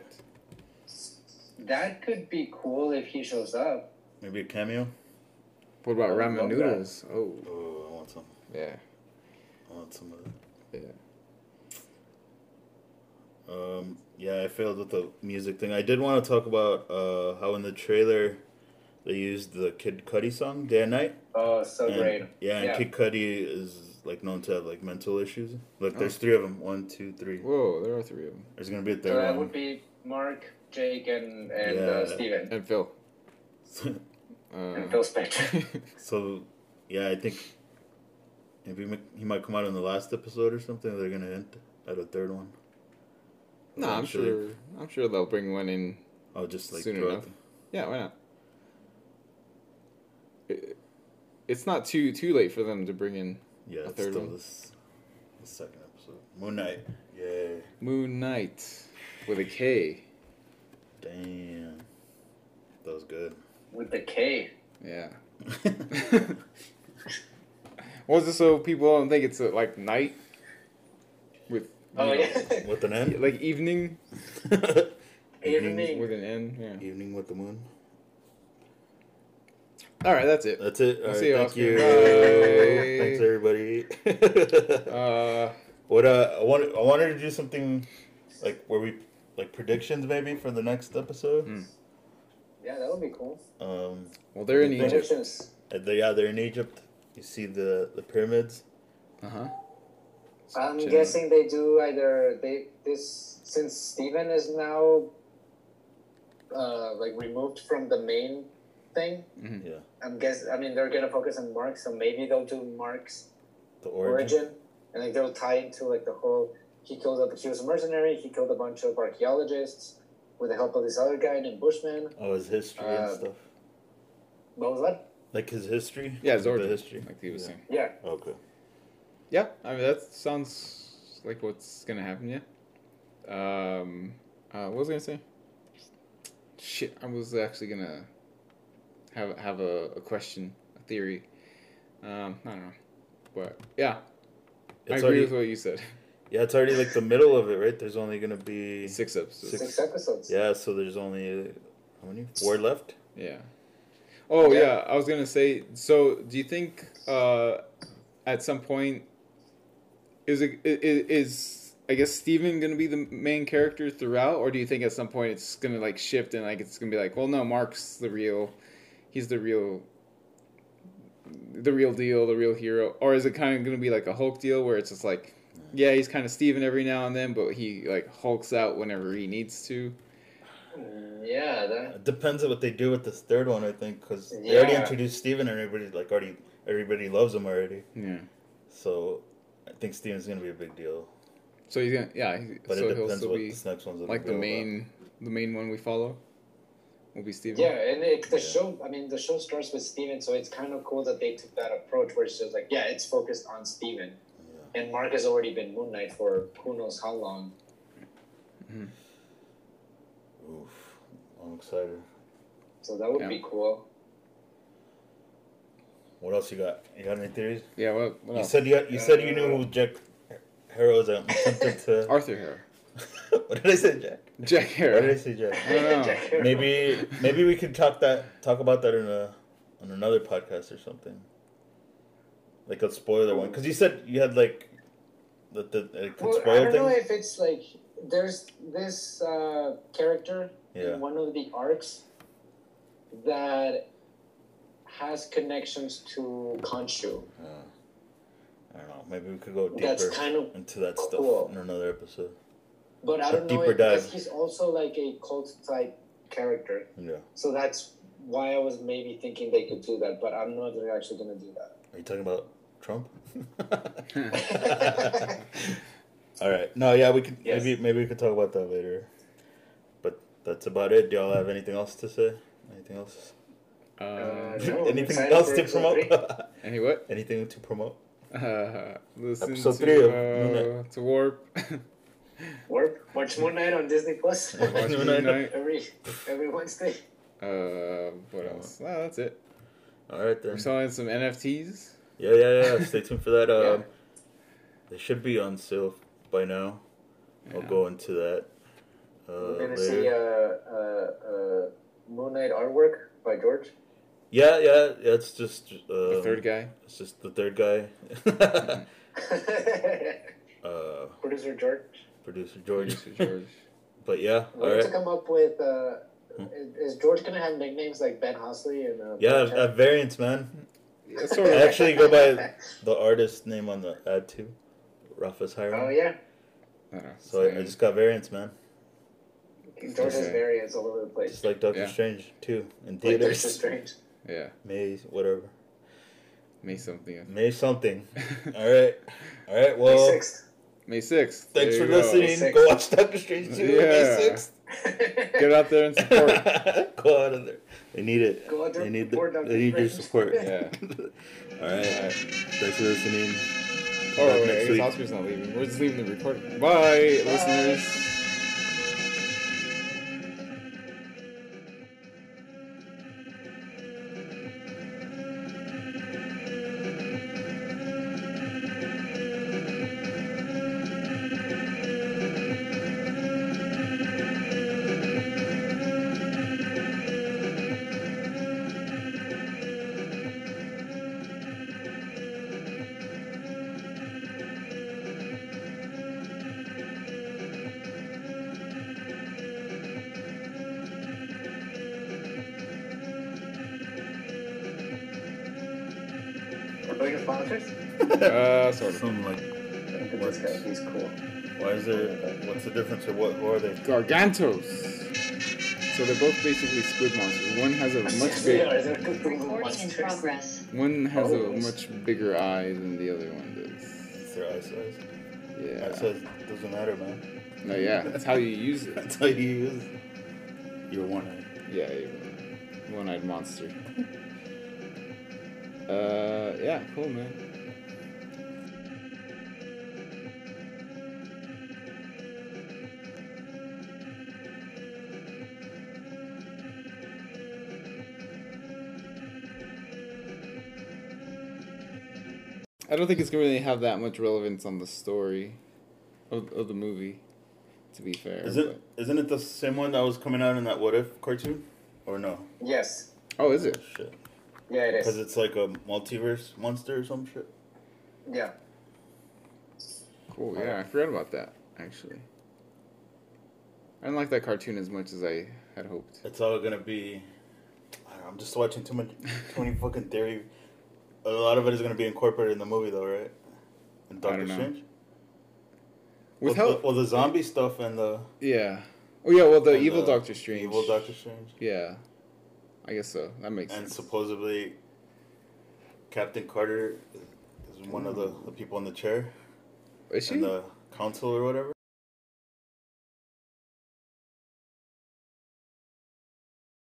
S5: That could be cool if he shows up.
S2: Maybe a cameo.
S1: What about
S5: I
S1: ramen
S5: love that.
S1: noodles? Oh
S2: Oh, I want some.
S1: yeah,
S2: I want some of that.
S1: yeah.
S2: Um, yeah, I failed with the music thing. I did want to talk about uh, how in the trailer they used the Kid Cudi song "Day and Night."
S5: Oh, so
S2: And-
S5: great.
S2: Yeah, and
S5: yeah.
S2: Kid Cudi is like known to have like mental issues. Like, there's three of them. One, two, three.
S1: Whoa, there are three of them.
S2: There's gonna be a
S5: so
S2: third
S5: that
S2: one.
S5: would be Mark, Jake, and and
S2: Yeah. Hmm.
S5: uh, Steven.
S1: And Phil.
S5: and
S1: Uh,
S5: Phil Spector.
S2: so, yeah, I think maybe he might- he might come out in the last episode or something. They're gonna hint at a third one.
S1: no, I'm sure.
S2: Eventually.
S1: I'm sure they'll bring one in.
S2: Oh, just like
S1: Soon
S2: throughout
S1: enough. Yeah, why not? It, it's not too too late for them to bring in
S2: the- yeah,
S1: A
S2: it's
S1: third
S2: still
S1: one.
S2: this the second episode. Moon Knight. Yeah.
S1: Moon Knight with a K.
S2: Damn. That was good.
S5: with the K.
S1: Yeah. Was it so people don't think it's uh like night with
S5: Oh
S1: you know,
S5: yeah,
S2: With an N?
S1: like evening
S5: evening.
S1: with an N? Yeah.
S2: Evening with the moon.
S1: All right, that's it.
S2: That's it. All
S1: We'll
S2: right,
S1: see you,
S2: thank
S1: Oscar.
S2: you.
S1: Bye.
S2: Thanks uh, everybody.
S1: Uh,
S2: what uh, I wanted I wanted to do something like where we like predictions maybe for the next episode.
S1: Hmm.
S5: Yeah, that would be cool.
S2: Um,
S1: Well, they're in
S2: They
S1: Egypt.
S5: Egyptians.
S2: and they, yeah, they're in Egypt. You see the the pyramids.
S1: Uh huh.
S5: I'm guessing they do either they this since Steven is now uh, like removed from the main thing.
S2: Yeah,
S5: I'm guess I mean they're gonna focus on Mark, so maybe they'll do Mark's
S2: the origin.
S5: origin, and like they'll tie into like the whole he killed up he was a mercenary, he killed a bunch of archaeologists with the help of this other guy named Bushman.
S2: Oh, his history and
S5: Uh,
S2: stuff.
S5: What was that?
S2: Like his history.
S1: Yeah, Zordon.
S2: The history.
S1: Like he was
S2: Yeah.
S1: saying.
S5: Yeah,
S2: Okay.
S1: Yeah, I mean that sounds like what's gonna happen. Yeah. Um, uh, what was I gonna say? Shit, I was actually gonna have have a, a question, a theory. Um, I don't know, but yeah, I
S2: It's
S1: agree
S2: already
S1: with what you said.
S2: yeah, it's already like the middle of it, right? There's only gonna be
S1: Six episodes.
S2: Six.
S5: six episodes.
S2: Yeah, so there's only uh, how many? Four left.
S1: Yeah. Oh
S5: Yeah.
S1: yeah. I was gonna say. So, do you think uh, at some point is it i- i- is I guess Steven gonna be the main character throughout, or do you think at some point it's gonna like shift and like it's gonna be like, well, no, Mark's the real, he's the real, the real deal, the real hero, or is it kind of gonna be like a Hulk deal where it's just like, yeah, he's kind of Steven every now and then, but he like hulks out whenever he needs to.
S5: yeah that,
S2: It depends on what they do with this third one, I think, because they already
S5: Yeah.
S2: introduced Steven and everybody's like already everybody loves him already.
S1: Yeah.
S2: So I think Steven's gonna be a big deal,
S1: So he's gonna yeah. he-
S2: but
S1: so
S2: it
S1: he'll
S2: depends
S1: still
S2: what
S1: be.
S2: this next one's gonna
S1: like the
S2: be
S1: main the main one we follow will be Steven.
S5: Yeah, and it, the
S2: Yeah.
S5: show, I mean, the show starts with Steven, so it's kind of cool that they took that approach where it's just like, yeah, it's focused on Steven. And Mark has already been Moon Knight for who knows how long.
S2: about. Oof, I'm excited.
S5: So that would
S1: Yeah.
S5: be cool.
S2: What else you got? You got any theories?
S1: Yeah, what, what
S2: You
S1: else?
S2: said you got, you said you knew who Jack Harrow is. I'm tempted to.
S1: Arthur Harrow.
S2: what did I say, Jack?
S1: Jack
S2: What did I
S1: Harrow.
S2: say, Jack?
S1: I don't know.
S5: Jack Harrow.
S2: Maybe maybe we could talk that talk about that in a on another podcast or something. Like a spoiler one, because you said you had like that the it could
S5: Well, I
S2: spoil
S5: don't know
S2: things.
S5: if it's like there's this uh, character
S2: Yeah.
S5: in one of the arcs that has connections to Khonshu.
S2: Uh, I don't know. Maybe we could go deeper
S5: That's kind of
S2: into that stuff
S5: cool.
S2: in another episode.
S5: But I
S2: A
S5: don't know
S2: deeper
S5: if because
S2: dive.
S5: he's also like a cult type character.
S2: Yeah.
S5: So that's why I was maybe thinking they could do that, but I don't know if they're actually going to do that.
S2: Are you talking about Trump? All right. No. Yeah. We could
S5: Yes.
S2: maybe maybe we could talk about that later. But that's about it. Do y'all have anything else to say? Anything else?
S1: Uh,
S5: No, I'm
S2: anything
S5: excited
S2: else
S5: for
S2: to
S5: episode
S2: promote?
S1: any what?
S2: anything to promote?
S1: Uh, listen
S2: Episode
S1: to,
S2: three of
S1: uh, to Warp.
S5: Warp, watch Moon Knight on Disney Plus
S1: Watch
S2: No, no,
S1: Moon
S2: no.
S1: Knight.
S5: every every Wednesday.
S1: Uh, what else? Ah, that's it.
S2: All right then.
S1: We're selling some NFTs.
S2: Yeah, yeah, yeah. Stay tuned for that. Um,
S5: Yeah.
S2: They should be on sale by now. I'll
S1: Yeah.
S2: go into that uh,
S5: We're gonna
S2: later.
S5: see uh, uh, uh, Moon Knight artwork by George.
S2: Yeah, yeah, yeah. It's just uh,
S1: The third guy.
S2: It's just the third guy. uh,
S5: Producer George.
S2: producer George.
S1: Producer George.
S2: But yeah,
S5: We
S2: all
S5: need to
S2: right.
S5: come up with. Uh, is- is George gonna have nicknames like Ben Hosley and? Uh,
S2: Hmm? Yeah,
S5: Black
S2: at
S5: Cat?
S2: variants, man.
S1: Yeah, sort
S2: I
S1: of.
S2: actually go by the artist name on the ad too, Rufus Hiram.
S5: Oh yeah,
S1: I don't know.
S2: So I, I just got variants, man.
S5: George has
S1: Okay.
S5: variants all over the place.
S2: Just like Doctor
S1: Yeah.
S2: Strange too, in
S5: Like Doctor
S2: theaters.
S5: Strange.
S1: yeah,
S2: May whatever.
S1: May something.
S2: May something. All right. All right. Well,
S5: Sixth.
S1: May sixth.
S2: thanks for
S1: There you go.
S2: listening.
S5: Six.
S2: Go watch Doctor Strange 2 on
S1: Yeah.
S2: May 6th.
S1: Get out there and support.
S2: go out of there. They need it.
S5: Go out there
S2: they
S5: and
S2: need,
S5: support
S2: the,
S5: Doctor
S2: they need your
S5: Strange.
S2: support.
S1: Yeah.
S2: All right. Thanks for listening.
S1: Oh,
S2: Back
S1: wait,
S2: next
S1: I guess
S2: week.
S1: Oscar's not leaving. We're just leaving the recording. Bye, listeners.
S5: American is politics?
S1: Uh, sort of.
S4: Something like
S5: Look at this guy. He's cool.
S2: Why is there? What's the difference, or what? Who are they?
S1: Gargantos. So they're both basically squid monsters. One has a much
S5: Yeah,
S1: big,
S5: is there a good thing about
S6: Recording in
S5: monsters?
S6: progress.
S1: one has a
S5: Oh.
S1: much bigger eye than the other one does.
S2: It's their eye size. Eye
S1: Yeah.
S2: size doesn't matter, man.
S1: No, yeah. That's how you use it.
S2: That's how you use. You're one eye.
S1: Yeah, one eyed monster. Uh, yeah, cool, man. I don't think it's gonna really have that much relevance on the story of, of the movie, to be fair.
S2: Is it? Isn't it the same one that was coming out in that What If cartoon? Or no?
S5: Yes.
S1: but- Oh, is it?
S2: Shit.
S5: Yeah, it
S2: Because
S5: is.
S2: it's like a multiverse monster or some shit.
S5: Yeah.
S1: Cool. Yeah, I forgot about that actually. I didn't like that cartoon as much as I had hoped.
S2: It's all gonna be. I don't know, I'm just watching too much, too many fucking theory. A lot of it is gonna be incorporated in the movie, though, right? In Doctor
S1: don't know.
S2: Strange.
S1: With
S2: well, the,
S1: help,
S2: well, the zombie stuff and the
S1: yeah. Oh yeah, well the
S2: and
S1: evil
S2: the
S1: Doctor Strange.
S2: evil Doctor Strange,
S1: Yeah, I guess so. That makes
S2: and
S1: sense.
S2: supposedly Captain Carter is one of the, the people in the chair
S1: Is she?
S2: and the council or whatever.